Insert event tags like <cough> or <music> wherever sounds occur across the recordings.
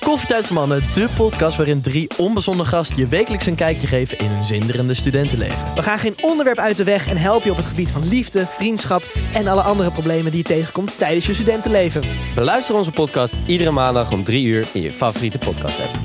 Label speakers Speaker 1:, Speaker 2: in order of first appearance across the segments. Speaker 1: Koffietijd voor Mannen, de podcast waarin drie onbezonnen gasten je wekelijks een kijkje geven in hun zinderende studentenleven.
Speaker 2: We gaan geen onderwerp uit de weg en helpen je op het gebied van liefde, vriendschap en alle andere problemen die je tegenkomt tijdens je studentenleven.
Speaker 3: Beluister onze podcast iedere maandag om 3 uur in je favoriete podcast app.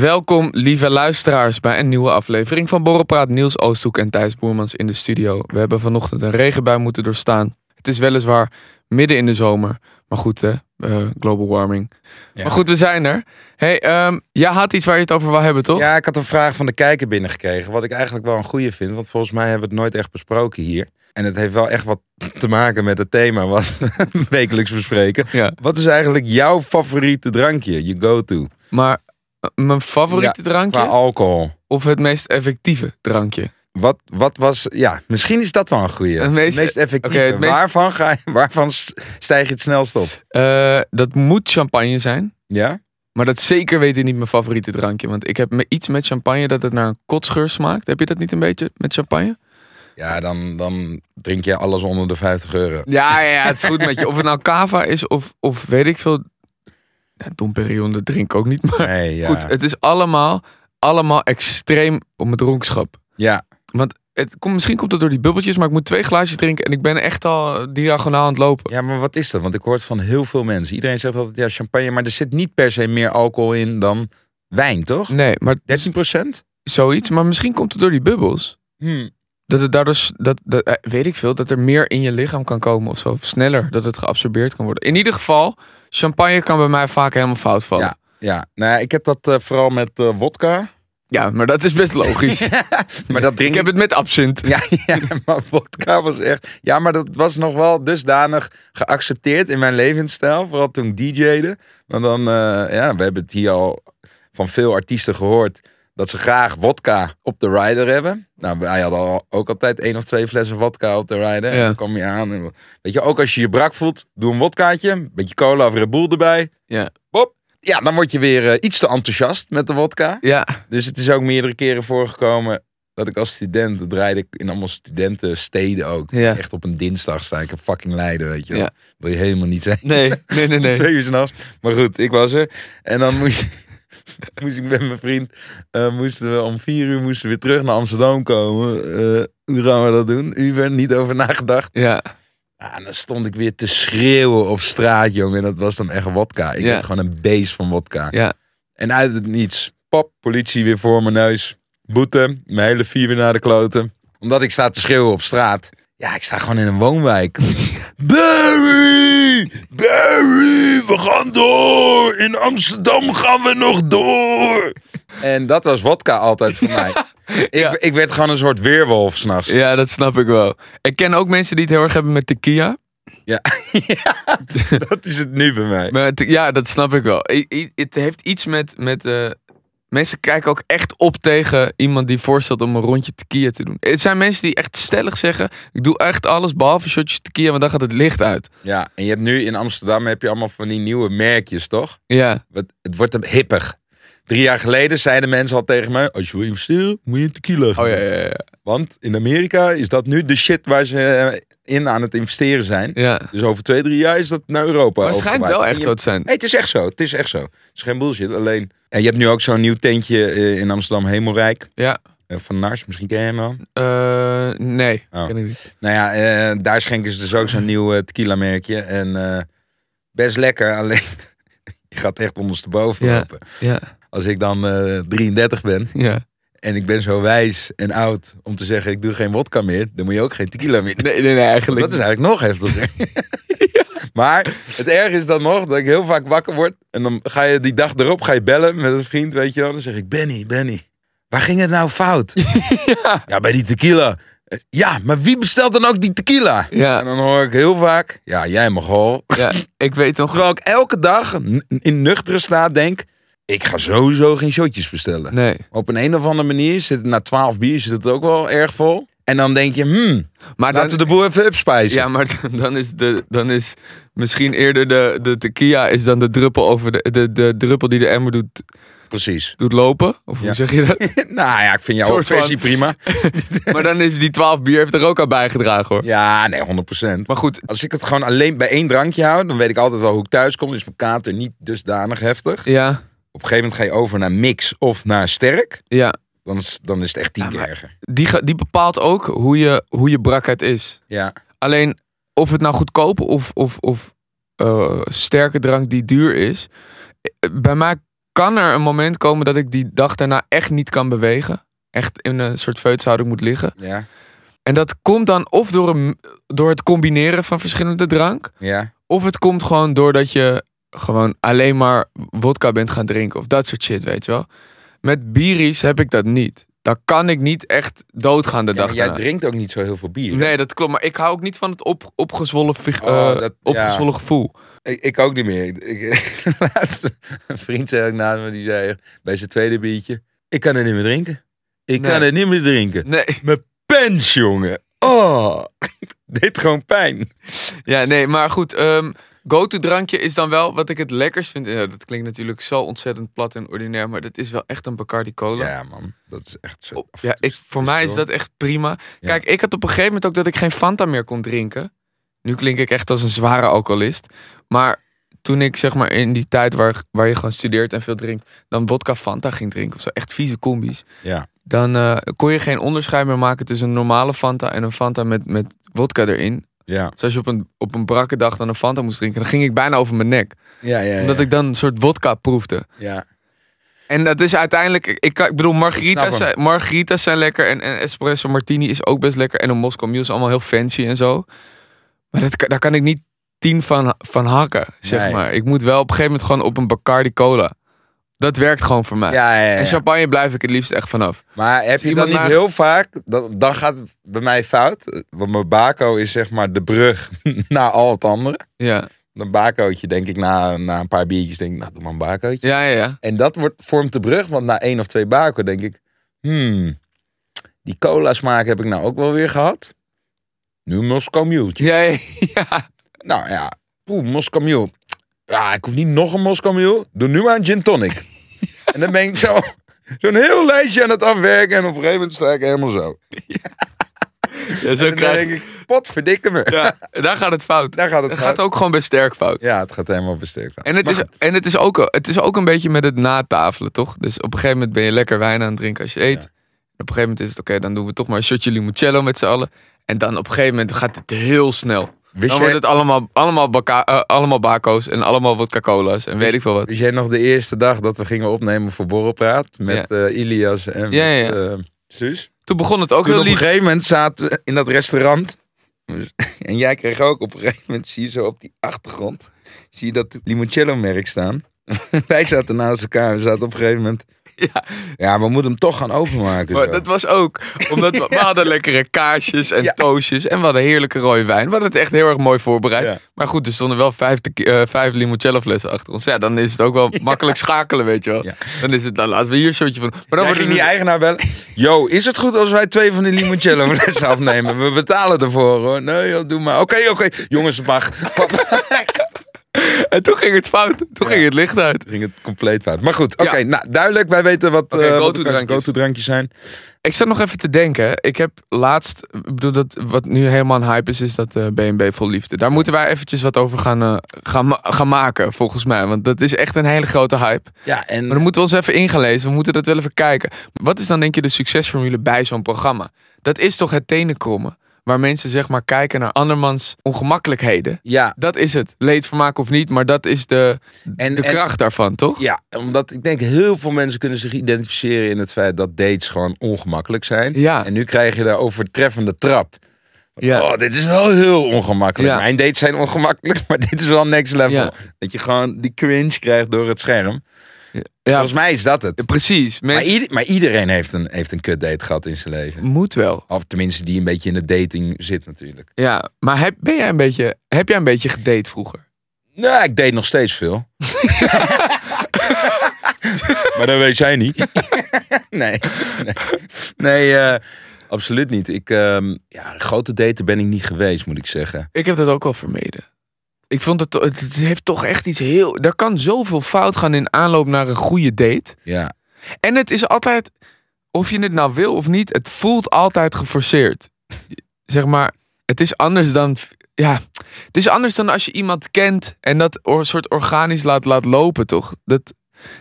Speaker 4: Welkom, lieve luisteraars, bij een nieuwe aflevering van Borrelpraat. Niels Oosthoek en Thijs Boermans in de studio. We hebben vanochtend een regenbui moeten doorstaan. Het is weliswaar midden in de zomer, maar goed, hè, eh, global warming. Maar goed, we zijn er. hey, ehm, jij had iets waar je het over wil hebben, toch?
Speaker 5: Ja, ik had een vraag van de kijker binnengekregen. Wat ik eigenlijk wel een goede vind. Want volgens mij hebben we het nooit echt besproken hier. En het heeft wel echt wat <laughs> te maken met het thema wat we <laughs> wekelijks bespreken.
Speaker 4: Ja.
Speaker 5: Wat is eigenlijk jouw favoriete drankje? Je go-to?
Speaker 4: Maar eh, mijn favoriete
Speaker 5: Qua
Speaker 4: drankje
Speaker 5: alcohol.
Speaker 4: of het meest effectieve drankje?
Speaker 5: Wat, wat was... Ja, misschien is dat wel een goede.
Speaker 4: Het
Speaker 5: Het
Speaker 4: meest-
Speaker 5: meest, effectieve.
Speaker 4: oké, het meest-
Speaker 5: Waarvan, ga je, <laughs> waarvan s- stijg je het snelst op?
Speaker 4: Eh, dat moet champagne zijn.
Speaker 5: Ja?
Speaker 4: Maar dat is zeker weten niet mijn favoriete drankje. Want ik heb me- iets met champagne dat het naar een kotsgeur smaakt. Heb je dat niet een beetje met champagne?
Speaker 5: Ja, dan, dan drink je alles onder de 50 euro.
Speaker 4: Ja, ja, ja, het is goed met je. Of het nou kava is of, of weet ik veel. Nou, Domperion, dat drink ik ook niet. <laughs> Maar
Speaker 5: Nee, ja.
Speaker 4: goed, het is allemaal, allemaal extreem op mijn dronkenschap.
Speaker 5: Ja,
Speaker 4: Want het komt, misschien komt dat door die bubbeltjes, maar ik moet twee glaasjes drinken en ik ben echt al eh, diagonaal aan het lopen.
Speaker 5: Ja, maar wat is dat? Want ik hoor het van heel veel mensen. Iedereen zegt altijd ja, champagne, maar er zit niet per se meer alcohol in dan wijn, toch?
Speaker 4: Nee, maar
Speaker 5: 13
Speaker 4: zoiets. Maar misschien komt het door die bubbels.
Speaker 5: Hm.
Speaker 4: Dat het daardoor, s- dat, dat, eh, weet ik veel, dat er meer in je lichaam kan komen of zo. Of sneller, dat het geabsorbeerd kan worden. In ieder geval, champagne kan bij mij vaak helemaal fout vallen. Ja,
Speaker 5: Ja, nou ja, ik heb dat eh, vooral met eh wodka.
Speaker 4: maar dat is best <laughs> logisch.
Speaker 5: <laughs> Maar dat drink
Speaker 4: Ik heb het met absint.
Speaker 5: Ja, <laughs> ja, maar vodka was echt... Ja, maar dat was nog wel dusdanig geaccepteerd in mijn levensstijl. Vooral toen ik DJ'de. Want dan, eh, ja, we hebben het hier al van veel artiesten gehoord... dat ze graag wodka op de rider hebben. Nou, wij hadden al- ook altijd één of twee flessen wodka op de rider.
Speaker 4: Ja.
Speaker 5: En dan kwam je aan. En, weet je, ook als je je brak voelt, doe een wodkaatje. Een beetje cola of Red Bull erbij.
Speaker 4: Ja.
Speaker 5: Pop. Ja, dan word je weer eh, iets te enthousiast met de wodka.
Speaker 4: Ja,
Speaker 5: Dus het is ook meerdere keren voorgekomen dat ik als student, dat draaide ik in allemaal studentensteden ook.
Speaker 4: Ja.
Speaker 5: Echt op een dinsdag sta ik in fucking Leiden, weet je wel.
Speaker 4: Ja.
Speaker 5: Wil je helemaal niet zijn.
Speaker 4: nee, nee, nee. <laughs> nee.
Speaker 5: Twee uur s'nachts. Maar goed, ik was er. En dan moest, <laughs> moest ik met mijn vriend, eh, moesten we om vier uur moesten we weer terug naar Amsterdam komen. Eh, hoe gaan we dat doen? Uber, niet over nagedacht.
Speaker 4: Ja,
Speaker 5: Ah, en dan stond ik weer te schreeuwen op straat, jongen. En dat was dan echt wodka. Ik
Speaker 4: Ja.
Speaker 5: had gewoon een beest van wodka.
Speaker 4: Ja.
Speaker 5: En uit het niets, pap, politie weer voor mijn neus. Boete, mijn hele vier weer naar de kloten. Omdat ik sta te schreeuwen op straat. Ja, ik sta gewoon in een woonwijk.
Speaker 4: <laughs>
Speaker 5: Barry! Barry! We gaan door! In Amsterdam gaan we nog door! En dat was wodka altijd
Speaker 4: <laughs>
Speaker 5: voor mij. Ik,
Speaker 4: Ja.
Speaker 5: ik werd gewoon een soort weerwolf s'nachts.
Speaker 4: ja, dat snap ik wel. Ik ken ook mensen die het heel erg hebben met tequila.
Speaker 5: <laughs> Dat is het nu bij mij.
Speaker 4: Maar te- ja, dat snap ik wel. I- i- Het heeft iets met... met eh, mensen kijken ook echt op tegen iemand die voorstelt om een rondje tequila te doen. Het zijn mensen die echt stellig zeggen... Ik doe echt alles behalve shotjes tequila, want dan gaat het licht uit.
Speaker 5: Ja, en je hebt nu in Amsterdam heb je allemaal van die nieuwe merkjes, toch?
Speaker 4: Ja,
Speaker 5: Wat- Het wordt een hippig. Drie jaar geleden zeiden mensen al tegen mij: als je wil investeren, moet je in tequila gaan.
Speaker 4: oh ja, ja, ja.
Speaker 5: Want in Amerika is dat nu de shit waar ze eh, in aan het investeren zijn.
Speaker 4: ja.
Speaker 5: Dus over twee, drie jaar is dat naar Europa.
Speaker 4: Maar het schijnt
Speaker 5: overgewaaid.
Speaker 4: wel
Speaker 5: En
Speaker 4: echt
Speaker 5: je-
Speaker 4: zo te zijn.
Speaker 5: Nee, het is echt zo. Het is echt zo. Het is geen bullshit. Alleen. En je hebt nu ook zo'n nieuw tentje eh, in Amsterdam, Hemelrijk.
Speaker 4: Ja.
Speaker 5: Eh, Van Nars, misschien ken je hem wel.
Speaker 4: Eh, nee,
Speaker 5: Oh.
Speaker 4: ken ik niet.
Speaker 5: Nou ja, eh, daar schenken ze dus ook zo'n nieuw tequila merkje. En eh, best lekker, alleen <laughs> je gaat echt ondersteboven
Speaker 4: Ja.
Speaker 5: lopen.
Speaker 4: Ja,
Speaker 5: Als ik dan eh, 33 ben
Speaker 4: ja.
Speaker 5: en ik ben zo wijs en oud om te zeggen ik doe geen wodka meer, dan moet je ook geen tequila meer doen.
Speaker 4: Nee, nee, nee, eigenlijk.
Speaker 5: Dat is eigenlijk nog heftiger. <laughs> Maar het erg is dan nog dat ik heel vaak wakker word. En dan ga je die dag erop ga je bellen met een vriend, weet je wel. Dan zeg ik, Benny, Benny, waar ging het nou
Speaker 4: <laughs>
Speaker 5: fout? ja. bij die tequila. Eh, Ja, maar wie bestelt dan ook die tequila? En
Speaker 4: Ja,
Speaker 5: dan hoor ik heel vaak, ja, jij mag al.
Speaker 4: ja, ik weet nog.
Speaker 5: Terwijl ik elke dag n- in nuchtere staat denk, ik ga sowieso geen shotjes bestellen.
Speaker 4: Nee.
Speaker 5: Op een, een of andere manier zit het na twaalf bier zit het ook wel erg vol. En dan denk je, hmm,
Speaker 4: Maar
Speaker 5: laten
Speaker 4: dan,
Speaker 5: we de boel even upspijzen.
Speaker 4: ja, maar dan- dan is, de, dan is misschien eerder de, de tequila is dan de druppel over de, de, de druppel die de emmer doet
Speaker 5: Precies. <laughs>
Speaker 4: doet lopen. Of hoe
Speaker 5: Ja.
Speaker 4: zeg je
Speaker 5: <laughs>
Speaker 4: dat?
Speaker 5: nou ja, ik vind jouw
Speaker 4: Soort van.
Speaker 5: versie
Speaker 4: <laughs>
Speaker 5: prima.
Speaker 4: maar dan is die 12 bier heeft er ook aan bijgedragen hoor.
Speaker 5: Ja, nee, 100%.
Speaker 4: Maar goed,
Speaker 5: Als ik het gewoon alleen bij één drankje hou, dan weet ik altijd wel hoe ik thuis kom. Dus mijn kater niet dusdanig heftig.
Speaker 4: ja,
Speaker 5: Op een gegeven moment ga je over naar mix of naar sterk.
Speaker 4: ja.
Speaker 5: Dan is, dan is het echt tien keer erger.
Speaker 4: Die, ga- die bepaalt ook hoe je, hoe je brakheid is.
Speaker 5: Ja,
Speaker 4: Alleen of het nou goedkoop of, of, of eh, sterke drank die duur is. eh, Bij mij kan er een moment komen dat ik die dag daarna echt niet kan bewegen. Echt in een soort feutshouding moet liggen.
Speaker 5: ja,
Speaker 4: En dat komt dan of door, een, door het combineren van verschillende drank.
Speaker 5: ja.
Speaker 4: Of het komt gewoon doordat je gewoon alleen maar wodka bent gaan drinken. Of dat soort shit, weet je wel. Met bieries heb ik dat niet. Dan kan ik niet echt doodgaan de
Speaker 5: Ja,
Speaker 4: dag
Speaker 5: maar jij
Speaker 4: daarna.
Speaker 5: drinkt ook niet zo heel veel bier. hè?
Speaker 4: Nee, dat klopt. Maar ik hou ook niet van het op, opgezwollen, fig-
Speaker 5: Oh,
Speaker 4: eh,
Speaker 5: dat-
Speaker 4: opgezwollen gevoel.
Speaker 5: Ik, ik ook niet meer. Ik, <laughs> ik- laatste een vriend zei ook na me, die zei echt bij zijn tweede biertje... Ik kan het niet meer drinken. Ik
Speaker 4: Nee.
Speaker 5: kan het niet meer drinken.
Speaker 4: Nee, <laughs>
Speaker 5: Pens, jongen. Oh, <laughs> dit gewoon pijn.
Speaker 4: ja, nee maar goed. ehm go-to drankje is dan wel wat ik het lekkerst vind. Ja, dat klinkt natuurlijk zo ontzettend plat en ordinair. Maar dat is wel echt een Bacardi Cola.
Speaker 5: Ja, man. Dat is echt zo.
Speaker 4: Op- Oh, ja, ik, voor mij is dat echt prima.
Speaker 5: Ja.
Speaker 4: Kijk, ik had op een gegeven moment ook dat ik geen Fanta meer kon drinken. Nu klink ik echt als een zware alcoholist. Maar toen ik zeg maar in die tijd waar, waar je gewoon studeert en veel drinkt, dan vodka Fanta ging drinken of zo, echt vieze combis.
Speaker 5: Ja.
Speaker 4: Dan eh, kon je geen onderscheid meer maken tussen een normale Fanta en een Fanta met, met vodka erin.
Speaker 5: Ja,
Speaker 4: Dus als je op een, op een brakke dag dan een Fanta moest drinken, dan ging ik bijna over mijn nek.
Speaker 5: ja, ja.
Speaker 4: Omdat
Speaker 5: ja.
Speaker 4: ik dan een soort vodka proefde.
Speaker 5: Ja,
Speaker 4: En dat is uiteindelijk, ik, kan- ik bedoel,
Speaker 5: Ik
Speaker 4: margaritas
Speaker 5: snap hem.
Speaker 4: zijn, margaritas zijn lekker en, en espresso martini is ook best lekker. En een Moscow Mule is allemaal heel fancy en zo. Maar dat, kan- daar kan ik niet tien van, van hakken, zeg
Speaker 5: Nee.
Speaker 4: maar. Ik moet wel op een gegeven moment gewoon op een Bacardi Cola. Dat werkt gewoon voor mij.
Speaker 5: ja, ja, ja.
Speaker 4: En champagne blijf ik het liefst echt vanaf.
Speaker 5: Maar heb je
Speaker 4: iemand
Speaker 5: dat niet
Speaker 4: naar-
Speaker 5: heel vaak? Dan, dan gaat het bij mij fout. Want mijn bako is zeg maar de brug <laughs> naar al het andere.
Speaker 4: Ja,
Speaker 5: Een bakootje denk ik na, na een paar biertjes denk ik, nou doe maar een bakootje.
Speaker 4: ja, ja. ja.
Speaker 5: En dat wordt, vormt de brug, want na één of twee bako denk ik, hmm, die cola smaak heb ik nou ook wel weer gehad. Nu een Moscow Mule.
Speaker 4: Ja, ja, ja.
Speaker 5: Nou ja, poeh, Moscow Mule. Ja, ik hoef niet nog een Moscow Mule. Doe nu maar een
Speaker 4: <laughs>
Speaker 5: gin tonic. En dan ben ik zo, zo'n heel lijstje aan het afwerken. En op een gegeven moment sta ik helemaal zo.
Speaker 4: Ja, zo
Speaker 5: En dan
Speaker 4: krijg
Speaker 5: denk
Speaker 4: ik.
Speaker 5: ik, pot verdikke me.
Speaker 4: Ja, daar gaat het fout.
Speaker 5: Daar gaat het
Speaker 4: Het gaat
Speaker 5: fout.
Speaker 4: ook gewoon best sterk fout.
Speaker 5: Ja, het gaat helemaal bestek.
Speaker 4: En, het is, en het, is ook, het is ook een beetje met het natafelen, toch? Dus op een gegeven moment ben je lekker wijn aan het drinken als je eet.
Speaker 5: Ja.
Speaker 4: En Op een gegeven moment is het oké, dan doen we toch maar een shotje limoncello met z'n allen. En dan op een gegeven moment gaat het heel snel.
Speaker 5: Wist
Speaker 4: dan
Speaker 5: jij,
Speaker 4: wordt het allemaal, allemaal, baka- eh, allemaal bako's en allemaal wat colas en weet ik veel wat.
Speaker 5: wist Dus jij nog de eerste dag dat we gingen opnemen voor Borrelpraat? Met eh, Ilias en
Speaker 4: Ja, ja,
Speaker 5: met,
Speaker 4: ja.
Speaker 5: eh, Suus.
Speaker 4: Toen begon het ook
Speaker 5: Toen
Speaker 4: heel
Speaker 5: op een
Speaker 4: lief.
Speaker 5: gegeven moment zaten we in dat restaurant. <laughs> En jij kreeg ook op een gegeven moment, zie je zo op die achtergrond, zie je dat limoncello-merk staan. <laughs> Wij zaten naast elkaar, we zaten op een gegeven moment...
Speaker 4: Ja.
Speaker 5: Ja, we moeten hem toch gaan openmaken.
Speaker 4: Maar
Speaker 5: zo.
Speaker 4: dat was ook, omdat
Speaker 5: <laughs>
Speaker 4: we, we hadden lekkere kaarsjes en
Speaker 5: Ja.
Speaker 4: toosjes en we hadden heerlijke rode wijn. We hadden het echt heel erg mooi voorbereid.
Speaker 5: Ja.
Speaker 4: Maar goed, er stonden wel vijf, te- eh, vijf limoncello flessen achter ons. Ja, dan is het ook
Speaker 5: <laughs>
Speaker 4: wel makkelijk schakelen, weet je wel.
Speaker 5: Ja.
Speaker 4: Dan is het, dan laten we hier een shotje van. Maar dan
Speaker 5: Dan
Speaker 4: wordt
Speaker 5: ging
Speaker 4: het
Speaker 5: die eigenaar bellen. Yo, is het goed als wij twee van die limoncello flessen <laughs> afnemen? We betalen ervoor hoor. Nee, joh, doe maar. Oké, oké. Jongens, het mag. Pap,
Speaker 4: <laughs>
Speaker 5: <laughs>
Speaker 4: En toen ging het fout. Toen ging het licht uit.
Speaker 5: ging het compleet fout. Maar goed, oké.
Speaker 4: Ja.
Speaker 5: Nou, duidelijk. Wij weten wat,
Speaker 4: Oké,
Speaker 5: eh,
Speaker 4: go-to
Speaker 5: wat de
Speaker 4: drankjes.
Speaker 5: go-to drankjes zijn.
Speaker 4: Ik zat nog even te denken. hè. Ik heb laatst, ik bedoel dat wat nu helemaal een hype is, is dat eh, BNB vol liefde. Daar moeten wij eventjes wat over gaan, eh, gaan, ma- gaan maken, volgens mij. Want dat is echt een hele grote hype.
Speaker 5: Ja, en...
Speaker 4: Maar dan moeten we ons even ingelezen. We moeten dat wel even kijken. Wat is dan denk je de succesformule bij zo'n programma? Dat is toch het tenenkrommen. Waar mensen zeg maar kijken naar andermans ongemakkelijkheden.
Speaker 5: ja,
Speaker 4: Dat is het. Leedvermaak of niet, maar dat is de,
Speaker 5: en,
Speaker 4: de
Speaker 5: en-
Speaker 4: kracht daarvan, toch?
Speaker 5: ja, omdat ik denk heel veel mensen kunnen zich identificeren in het feit dat dates gewoon ongemakkelijk zijn.
Speaker 4: Ja.
Speaker 5: En nu krijg je daar overtreffende trap.
Speaker 4: Ja.
Speaker 5: Oh, dit is wel heel ongemakkelijk.
Speaker 4: Ja.
Speaker 5: Mijn dates zijn ongemakkelijk, <laughs> maar dit is wel next level.
Speaker 4: Ja.
Speaker 5: Dat je gewoon die cringe krijgt door het scherm.
Speaker 4: Ja,
Speaker 5: Volgens mij is dat het.
Speaker 4: precies.
Speaker 5: Maar,
Speaker 4: Mensen
Speaker 5: ieder- maar iedereen heeft een, heeft een kutdate gehad in zijn leven.
Speaker 4: moet wel.
Speaker 5: Of tenminste die een beetje in de dating zit natuurlijk.
Speaker 4: Ja, maar heb, ben jij een beetje, heb jij een beetje gedate vroeger?
Speaker 5: Nou, ik date nog steeds <laughs> veel. maar dat weet zij niet. <laughs> nee. Nee, nee eh, absoluut niet. Ik, ehm, ja, grote daten ben ik niet geweest, moet ik zeggen.
Speaker 4: Ik heb dat ook al vermeden. Ik vond het, to- het het heeft toch echt iets heel... Er kan zoveel fout gaan in aanloop naar een goede date.
Speaker 5: Ja.
Speaker 4: En het is altijd, of je het nou wil of niet, het voelt altijd geforceerd. Zeg maar, het is anders dan, ja, het is anders dan als je iemand kent en dat or- soort organisch laat, laat lopen, toch? Dat,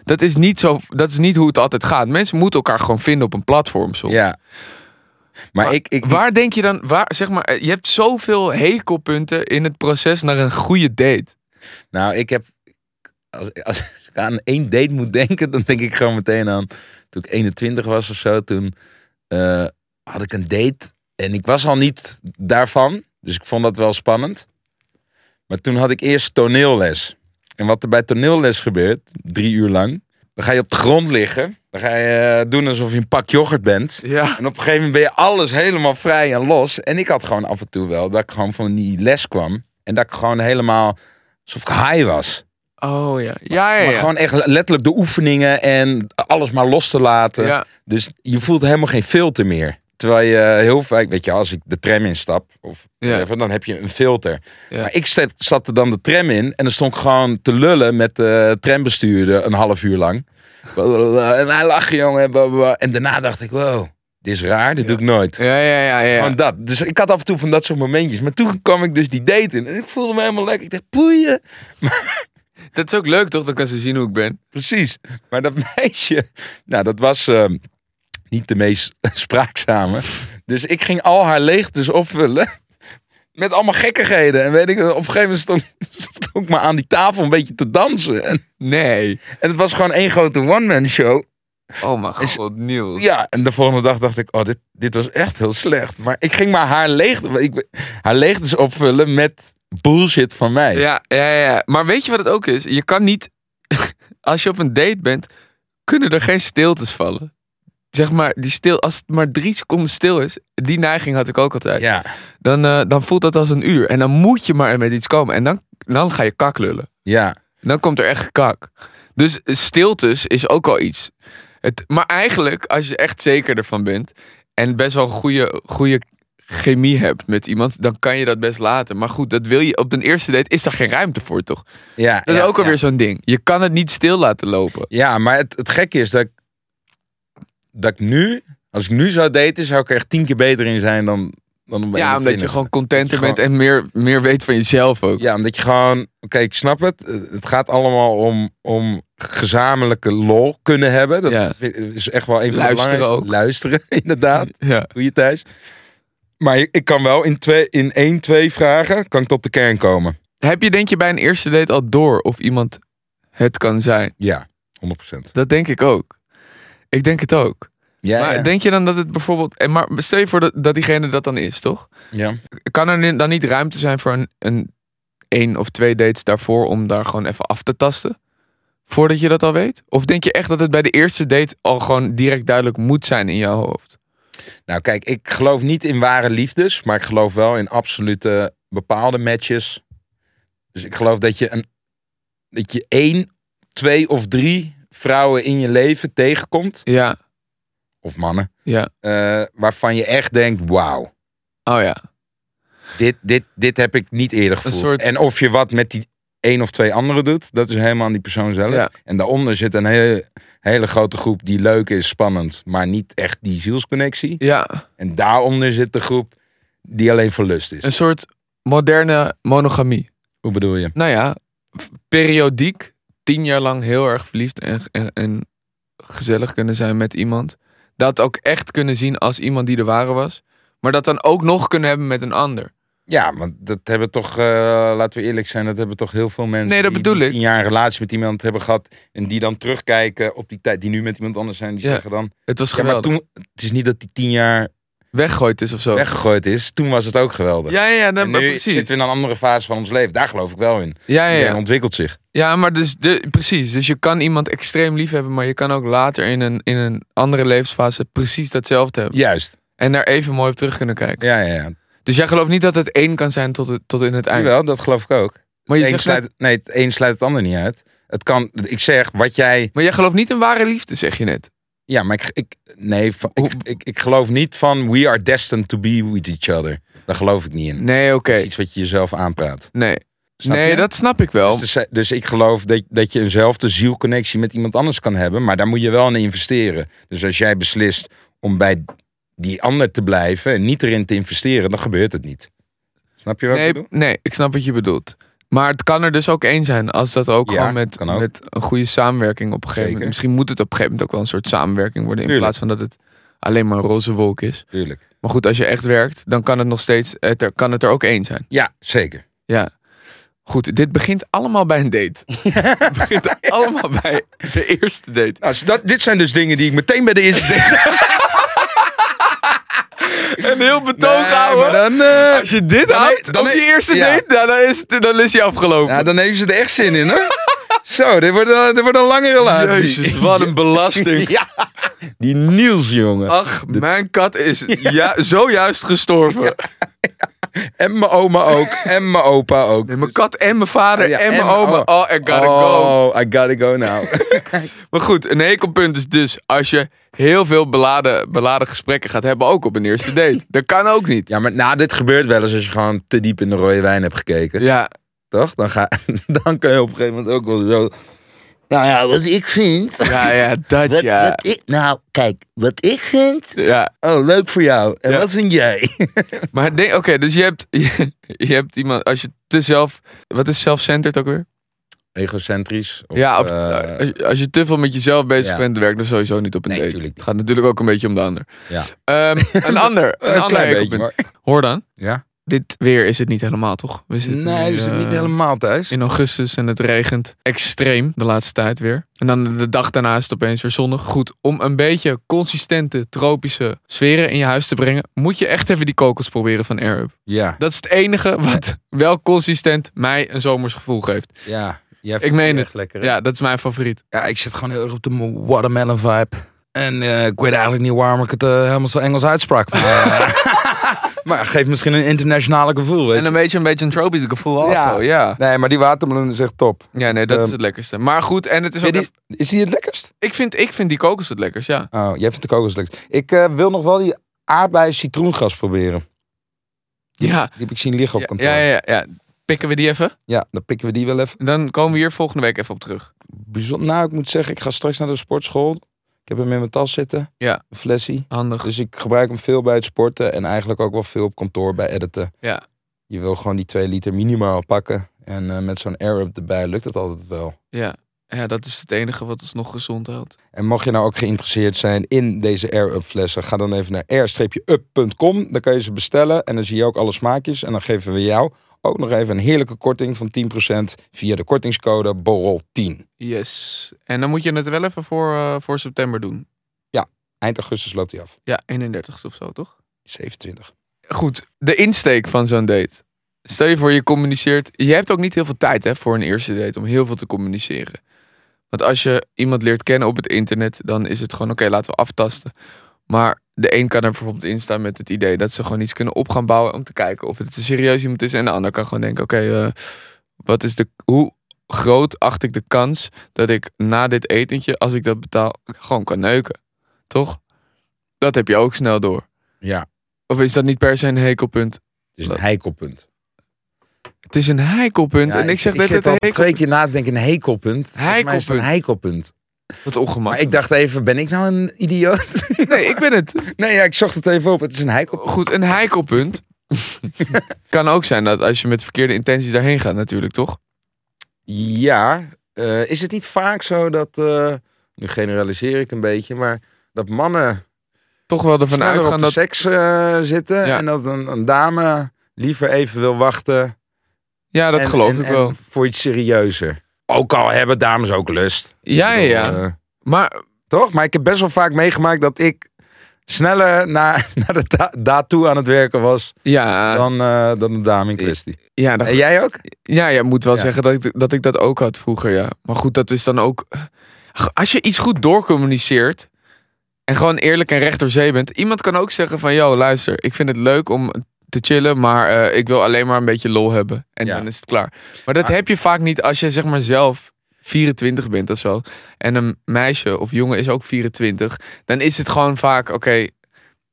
Speaker 4: dat, is niet zo, dat is niet hoe het altijd gaat. Mensen moeten elkaar gewoon vinden op een platform. soms.
Speaker 5: ja. Maar,
Speaker 4: Maar
Speaker 5: ik, ik,
Speaker 4: Waar denk je dan, waar, zeg maar, eh, je hebt zoveel hekelpunten in het proces naar een goede date.
Speaker 5: Nou, ik heb. Als, als ik aan één date moet denken, dan denk ik gewoon meteen aan. Toen ik 21 was of zo, toen eh, had ik een date. En ik was al niet daarvan. Dus ik vond dat wel spannend. Maar toen had ik eerst toneelles. En wat er bij toneelles gebeurt, drie uur lang. Dan ga je op de grond liggen. Dan ga je eh, doen alsof je een pak yoghurt bent.
Speaker 4: Ja.
Speaker 5: En op een gegeven moment ben je alles helemaal vrij en los. En ik had gewoon af en toe wel dat ik gewoon van die les kwam. En dat ik gewoon helemaal alsof ik high was.
Speaker 4: Oh ja. Ja, ja,
Speaker 5: Maar
Speaker 4: ja.
Speaker 5: gewoon echt letterlijk de oefeningen en alles maar los te laten.
Speaker 4: ja.
Speaker 5: Dus je voelt helemaal geen filter meer. Terwijl je heel vaak, weet je, als ik de tram instap, of
Speaker 4: Ja.
Speaker 5: whatever, dan heb je een filter.
Speaker 4: Ja.
Speaker 5: Maar ik zat, zat er dan de tram in en dan stond ik gewoon te lullen met de trambestuurder een half uhr
Speaker 4: <laughs>
Speaker 5: lang. En hij lachte, jongen. en blablabla. En daarna dacht ik, wow, dit is raar, dit doe ik nooit.
Speaker 4: Ja, ja, ja, ja.
Speaker 5: Gewoon dat. Dus ik had af en toe van dat soort momentjes. Maar toen kwam ik dus die date in en ik voelde me helemaal lekker. Ik dacht, poeien.
Speaker 4: Dat is ook leuk, toch? Dan kan ze zien hoe ik ben.
Speaker 5: Precies. Maar dat <laughs> meisje, nou, dat was ehm, niet de meest <laughs> spraakzame. Dus ik ging al haar leegtes opvullen. <laughs> Met allemaal gekkigheden. En weet ik, op een gegeven moment stond, <laughs> stond ik maar aan die tafel een beetje te dansen. En,
Speaker 4: Nee.
Speaker 5: en het was gewoon één grote one-man show.
Speaker 4: Oh mijn
Speaker 5: Is-
Speaker 4: god, Niels.
Speaker 5: Ja, en de volgende dag dacht ik, oh, dit, dit was echt heel slecht. Maar ik ging maar haar, leeg, ik, haar leegtes opvullen met bullshit van mij.
Speaker 4: Ja, ja, ja. Maar weet je wat het ook is? Je kan niet... <laughs> Als je op een date bent, kunnen er geen stiltes vallen. Zeg maar, die stil, als het maar drie seconden stil is, die neiging had ik ook altijd.
Speaker 5: Ja,
Speaker 4: Dan, eh, dan voelt dat als een uur. En dan moet je maar met iets komen. En dan, dan ga je kak lullen.
Speaker 5: ja.
Speaker 4: Dan komt er echt kak. Dus stiltes is ook al iets. Het, maar eigenlijk, als je echt zeker ervan bent... en best wel een goede, goede chemie hebt met iemand... dan kan je dat best laten. Maar goed, dat wil je, op de eerste date is daar geen ruimte voor, toch?
Speaker 5: ja
Speaker 4: Dat is
Speaker 5: ja,
Speaker 4: ook
Speaker 5: ja.
Speaker 4: alweer zo'n ding. Je kan het niet stil laten lopen.
Speaker 5: Ja, maar het, het gekke is dat ik, dat ik nu, als ik nu zou daten, zou ik er echt tien keer beter in zijn dan, dan op mijn
Speaker 4: ja, omdat je
Speaker 5: 21ste.
Speaker 4: gewoon contenter
Speaker 5: Dat je
Speaker 4: bent en meer, meer weet van jezelf ook.
Speaker 5: Ja, omdat je gewoon, oké, ik snap het. Eh, Het gaat allemaal om, om gezamenlijke lol kunnen hebben. Dat
Speaker 4: Ja.
Speaker 5: is echt wel een van de
Speaker 4: Luisteren
Speaker 5: belangrijkste.
Speaker 4: ook.
Speaker 5: Luisteren, <laughs> inderdaad.
Speaker 4: Ja.
Speaker 5: Doe je thuis. Maar je- ik kan wel in, twee, in één, twee vragen, kan ik tot de kern komen.
Speaker 4: Heb je denk je bij een eerste date al door of iemand het kan zijn?
Speaker 5: Ja, 100%.
Speaker 4: Dat denk ik ook. Ik denk het ook.
Speaker 5: Ja,
Speaker 4: maar
Speaker 5: ja.
Speaker 4: denk je dan dat het bijvoorbeeld. en Maar stel je voor dat, dat diegene dat dan is, toch?
Speaker 5: ja.
Speaker 4: Kan er ni- dan niet ruimte zijn voor een, een één of twee dates daarvoor om daar gewoon even af te tasten? Voordat je dat al weet? Of denk je echt dat het bij de eerste date al gewoon direct duidelijk moet zijn in jouw hoofd?
Speaker 5: Nou, kijk, ik geloof niet in ware liefdes, maar ik geloof wel in absolute bepaalde matches. Dus ik geloof dat je, een, dat je één, twee of drie vrouwen in je leven tegenkomt,
Speaker 4: Ja,
Speaker 5: of mannen,
Speaker 4: ja.
Speaker 5: eh, waarvan je echt denkt, wauw,
Speaker 4: Oh ja.
Speaker 5: dit, dit, dit heb ik niet eerder gevoeld.
Speaker 4: soort-
Speaker 5: En of je wat met die één of twee anderen doet, dat is helemaal aan die persoon zelf.
Speaker 4: Ja.
Speaker 5: En daaronder zit een hele, hele grote groep die leuk is, spannend, maar niet echt die zielsconnectie.
Speaker 4: Ja,
Speaker 5: En daaronder zit de groep die alleen voor lust is.
Speaker 4: een soort moderne monogamie.
Speaker 5: Hoe bedoel je?
Speaker 4: Nou ja, f- periodiek tien jaar lang heel erg verliefd en, en, en gezellig kunnen zijn met iemand. Dat ook echt kunnen zien als iemand die de ware was. Maar dat dan ook nog kunnen hebben met een ander.
Speaker 5: Ja, want dat hebben toch, eh, laten we eerlijk zijn, dat hebben toch heel veel mensen.
Speaker 4: Nee, dat
Speaker 5: die-
Speaker 4: bedoel
Speaker 5: die
Speaker 4: ik.
Speaker 5: tien jaar een relatie met iemand hebben gehad. en die dan terugkijken op die tijd die nu met iemand anders zijn. die
Speaker 4: Ja,
Speaker 5: zeggen dan.
Speaker 4: Het was
Speaker 5: Ja, maar
Speaker 4: geweldig.
Speaker 5: toen. Het is niet dat die tien jaar
Speaker 4: Weggooid is of zo.
Speaker 5: weggegooid is. Toen was het ook geweldig.
Speaker 4: Ja, ja, ja,
Speaker 5: en
Speaker 4: dan,
Speaker 5: nu
Speaker 4: precies.
Speaker 5: zitten we in een andere fase van ons leven. Daar geloof ik wel in.
Speaker 4: Ja, ja,
Speaker 5: Iedereen
Speaker 4: ja.
Speaker 5: ontwikkelt zich.
Speaker 4: ja, maar dus, de, precies. Dus je kan iemand extreem lief hebben, maar je kan ook later in een, in een andere levensfase precies datzelfde hebben.
Speaker 5: Juist.
Speaker 4: En daar even mooi op terug kunnen kijken.
Speaker 5: Ja, ja, ja.
Speaker 4: Dus jij gelooft niet dat het één kan zijn tot, het, tot in het eind.
Speaker 5: Jawel, dat geloof ik ook.
Speaker 4: maar, je
Speaker 5: Eén
Speaker 4: zegt
Speaker 5: sluit,
Speaker 4: net-
Speaker 5: Nee, het een sluit het ander niet uit. Het kan, ik zeg, wat jij.
Speaker 4: maar jij gelooft niet in ware liefde, zeg je net.
Speaker 5: Ja, maar ik, ik nee, van- ik,
Speaker 4: Hoe-
Speaker 5: ik, ik geloof niet van we are destined to be with each other. Daar geloof ik niet in.
Speaker 4: Nee, oké.
Speaker 5: Het is iets wat je jezelf aanpraat.
Speaker 4: Nee.
Speaker 5: Snap
Speaker 4: nee,
Speaker 5: je?
Speaker 4: dat snap ik wel.
Speaker 5: Dus, dus- dus ik geloof dat, dat je eenzelfde zielconnectie met iemand anders kan hebben. Maar daar moet je wel in investeren. Dus als jij beslist om bij die ander te blijven en niet erin te investeren, dan gebeurt het niet. Snap je wat ik
Speaker 4: nee,
Speaker 5: bedoel?
Speaker 4: nee, ik snap wat je bedoelt. Maar het kan er dus ook één zijn als dat ook
Speaker 5: Ja,
Speaker 4: gewoon met,
Speaker 5: kan ook.
Speaker 4: met een goede samenwerking op een gegeven moment.
Speaker 5: Zeker.
Speaker 4: Misschien moet het op een gegeven moment ook wel een soort samenwerking worden. In
Speaker 5: Tuurlijk.
Speaker 4: plaats van dat het alleen maar een roze wolk is.
Speaker 5: Tuurlijk.
Speaker 4: Maar goed, als je echt werkt, dan kan het nog steeds het er, kan het er ook één zijn.
Speaker 5: Ja, zeker.
Speaker 4: Ja. Goed, dit begint allemaal bij een
Speaker 5: <laughs>
Speaker 4: date. Het begint allemaal bij de eerste date.
Speaker 5: Nou, dat, dit zijn dus dingen die ik meteen bij de <laughs> eerste date...
Speaker 4: Een heel betoog
Speaker 5: maar
Speaker 4: houden.
Speaker 5: dan, eh,
Speaker 4: als je dit
Speaker 5: dan
Speaker 4: houdt
Speaker 5: he- dan
Speaker 4: op
Speaker 5: he-
Speaker 4: je eerste
Speaker 5: ja.
Speaker 4: date, nou, dan, is, het- dan is hij afgelopen.
Speaker 5: ja, dan heeft ze er echt zin in, <laughs> hoor. Zo, dit wordt, eh, dit wordt een lange relatie.
Speaker 4: Ah, Jezus, wat een
Speaker 5: <laughs>
Speaker 4: belasting.
Speaker 5: Die Niels, jongen.
Speaker 4: Ach, mijn kat is ja, zojuist gestorven. <laughs>
Speaker 5: En mijn oma ook. En mijn opa ook.
Speaker 4: Nee, mijn kat en mijn vader
Speaker 5: Ja,
Speaker 4: en mijn oma.
Speaker 5: o-
Speaker 4: Oh, I gotta go.
Speaker 5: Oh, I gotta go now.
Speaker 4: Maar goed, een hekelpunt is dus als je heel veel beladen, beladen gesprekken gaat hebben, ook op een eerste date. Dat kan ook niet.
Speaker 5: Ja, maar nou, dit gebeurt wel eens als je gewoon te diep in de rode wijn hebt gekeken.
Speaker 4: Ja,
Speaker 5: Toch? Dan, ga, <laughs> dan kan je op een gegeven moment ook wel zo...
Speaker 6: Nou ja, wat ik vind.
Speaker 4: ja, ja, dat
Speaker 6: Wat,
Speaker 4: ja.
Speaker 6: wat ik, nou, kijk, wat ik vind.
Speaker 4: ja.
Speaker 6: Oh, leuk voor jou. En
Speaker 4: Ja.
Speaker 6: wat vind jij?
Speaker 4: <laughs> Maar denk, oké, dus je hebt, <laughs> je, hebt iemand, als je te zelf, wat is self-centered ook weer?
Speaker 5: Egocentrisch. Of,
Speaker 4: ja, of, nou,
Speaker 5: eh,
Speaker 4: als, je- als je te veel met jezelf bezig
Speaker 5: ja.
Speaker 4: bent, werkt dat sowieso niet op een
Speaker 5: Nee,
Speaker 4: date.
Speaker 5: tuurlijk niet.
Speaker 4: Het gaat natuurlijk ook een beetje om de ander.
Speaker 5: Ja. <laughs>
Speaker 4: Ehm, een ander, een,
Speaker 5: een
Speaker 4: ander
Speaker 5: klein beetje,
Speaker 4: hekelpunt.
Speaker 5: maar...
Speaker 4: Hoor dan.
Speaker 5: Ja?
Speaker 4: Dit weer is het niet helemaal, toch? We zitten
Speaker 5: Nee,
Speaker 4: nu,
Speaker 5: dus het
Speaker 4: eh,
Speaker 5: niet helemaal thuis.
Speaker 4: In augustus en het regent extreem de laatste tijd weer. En dan de dag daarna is het opeens weer zonnig. Goed, om een beetje consistente tropische sferen in je huis te brengen, moet je echt even die kokos proberen van Airup.
Speaker 5: Ja,
Speaker 4: Dat is het enige wat wel consistent mij een zomers gevoel geeft.
Speaker 5: ja. Jij
Speaker 4: Ik
Speaker 5: vindt
Speaker 4: meen
Speaker 5: die
Speaker 4: het.
Speaker 5: echt Lekker, hè?
Speaker 4: Ja, dat is mijn favoriet.
Speaker 5: Ja, ik zit gewoon heel erg op de watermelon vibe. En eh, ik weet eigenlijk niet waarom ik het eh, helemaal zo Engels uitsprak. Maar, eh, <laughs> maar het geeft misschien een internationale gevoel, weet
Speaker 4: En een
Speaker 5: je.
Speaker 4: beetje een, beetje een tropisch gevoel
Speaker 5: Ja.
Speaker 4: also, ja.
Speaker 5: Nee, maar die watermelon is echt top.
Speaker 4: Ja, nee, dat is
Speaker 5: Ehm,
Speaker 4: het lekkerste. Maar goed, en het is ook...
Speaker 5: Vind je
Speaker 4: even-
Speaker 5: die- is die het lekkerst?
Speaker 4: ik, vind, ik vind die kokos het lekkerst, ja.
Speaker 5: Oh, jij vindt de kokos lekkerst. Ik eh, wil nog wel die aardbei citroengas proberen.
Speaker 4: Ja,
Speaker 5: Die heb ik zien liggen op kantoor.
Speaker 4: ja, ja, ja, ja. Pikken we die even?
Speaker 5: Ja, dan pikken we die wel even.
Speaker 4: Dan komen we hier volgende week even op terug.
Speaker 5: Bijzonder. Nou, ik moet zeggen, ik ga straks naar de sportschool. Ik heb hem in mijn tas zitten.
Speaker 4: Ja.
Speaker 5: Een flesje.
Speaker 4: Handig.
Speaker 5: Dus ik gebruik hem veel bij het sporten en eigenlijk ook wel veel op kantoor bij editen.
Speaker 4: Ja.
Speaker 5: Je wil gewoon die 2 liter minimaal pakken. En eh, met zo'n air-up erbij lukt het altijd wel.
Speaker 4: Ja. ja, dat is het enige wat ons nog gezond houdt.
Speaker 5: En mocht je nou ook geïnteresseerd zijn in deze air-up flessen, ga dan even naar air-up.com. Dan kan je ze bestellen en dan zie je ook alle smaakjes. En dan geven we jou ook nog even een heerlijke korting van 10% via de kortingscode BORREL10.
Speaker 4: Yes. En dan moet je het wel even voor, eh, voor september doen.
Speaker 5: Eind augustus loopt hij af.
Speaker 4: Ja, 31ste of zo, toch?
Speaker 5: 27.
Speaker 4: Goed, de insteek van zo'n date. Stel je voor, je communiceert. Je hebt ook niet heel veel tijd hè, voor een eerste date om heel veel te communiceren. Want als je iemand leert kennen op het internet, dan is het gewoon oké, laten we aftasten. Maar de een kan er bijvoorbeeld in staan met het idee dat ze gewoon iets kunnen op gaan bouwen om te kijken of het een serieus iemand is. En de ander kan gewoon denken: oké, eh, wat is de. Hoe groot acht ik de kans dat ik na dit etentje, als ik dat betaal, gewoon kan neuken? Toch? Dat heb je ook snel door.
Speaker 5: Ja, het
Speaker 4: Of is dat niet per se een hekelpunt?
Speaker 5: is een heikelpunt.
Speaker 4: Het is een heikelpunt. en ik zeg net het
Speaker 5: zit al
Speaker 4: hekel.
Speaker 5: twee keer na te denken, een hekelpunt. Volgens mij is het een
Speaker 4: Heikelpunt.
Speaker 5: heikelpunt.
Speaker 4: Wat
Speaker 5: Maar
Speaker 4: ongemak.
Speaker 5: ik dacht even, ben ik nou een idioot? <laughs>
Speaker 4: Nee, ik ben het.
Speaker 5: nee, ja, ik zocht het even op. Het is een heikelpunt.
Speaker 4: Goed, een
Speaker 5: <laughs>
Speaker 4: heikelpunt. kan ook zijn dat als je met verkeerde intenties daarheen gaat, natuurlijk, toch?
Speaker 5: Ja, eh, is het niet vaak zo dat, eh, nu generaliseer ik een beetje, maar dat mannen
Speaker 4: Toch wel ervan
Speaker 5: sneller op
Speaker 4: uitgaan
Speaker 5: de
Speaker 4: dat.
Speaker 5: seks eh, zitten
Speaker 4: Ja.
Speaker 5: en dat een, een dame liever even wil wachten.
Speaker 4: Ja, dat
Speaker 5: en-
Speaker 4: geloof
Speaker 5: en-
Speaker 4: ik
Speaker 5: en
Speaker 4: wel.
Speaker 5: voor iets serieuzer. Ook al hebben dames ook lust.
Speaker 4: ja, ja,
Speaker 5: Ik bedoel,
Speaker 4: ja.
Speaker 5: eh,
Speaker 4: Maar
Speaker 5: Toch? Maar ik heb best wel vaak meegemaakt dat ik sneller <laughs> naar, naar de da- daad toe aan het werken was
Speaker 4: ja,
Speaker 5: dan, eh, dan de dame in kwestie.
Speaker 4: ja, dat-
Speaker 5: En jij ook?
Speaker 4: ja, je moet wel
Speaker 5: Ja.
Speaker 4: zeggen dat ik, dat ik dat ook had vroeger, ja. Maar goed, dat is dan ook. Als je iets goed doorcommuniceert. En gewoon eerlijk en recht door zee bent. Iemand kan ook zeggen van, yo, luister, ik vind het leuk om te chillen, maar eh, ik wil alleen maar een beetje lol hebben. En
Speaker 5: Ja. Ah.
Speaker 4: dan is het klaar. Maar dat
Speaker 5: Maar-
Speaker 4: heb je vaak niet als je zeg maar zelf 24 bent of zo. En een meisje of jongen is ook 24. Dan is het gewoon vaak, oké,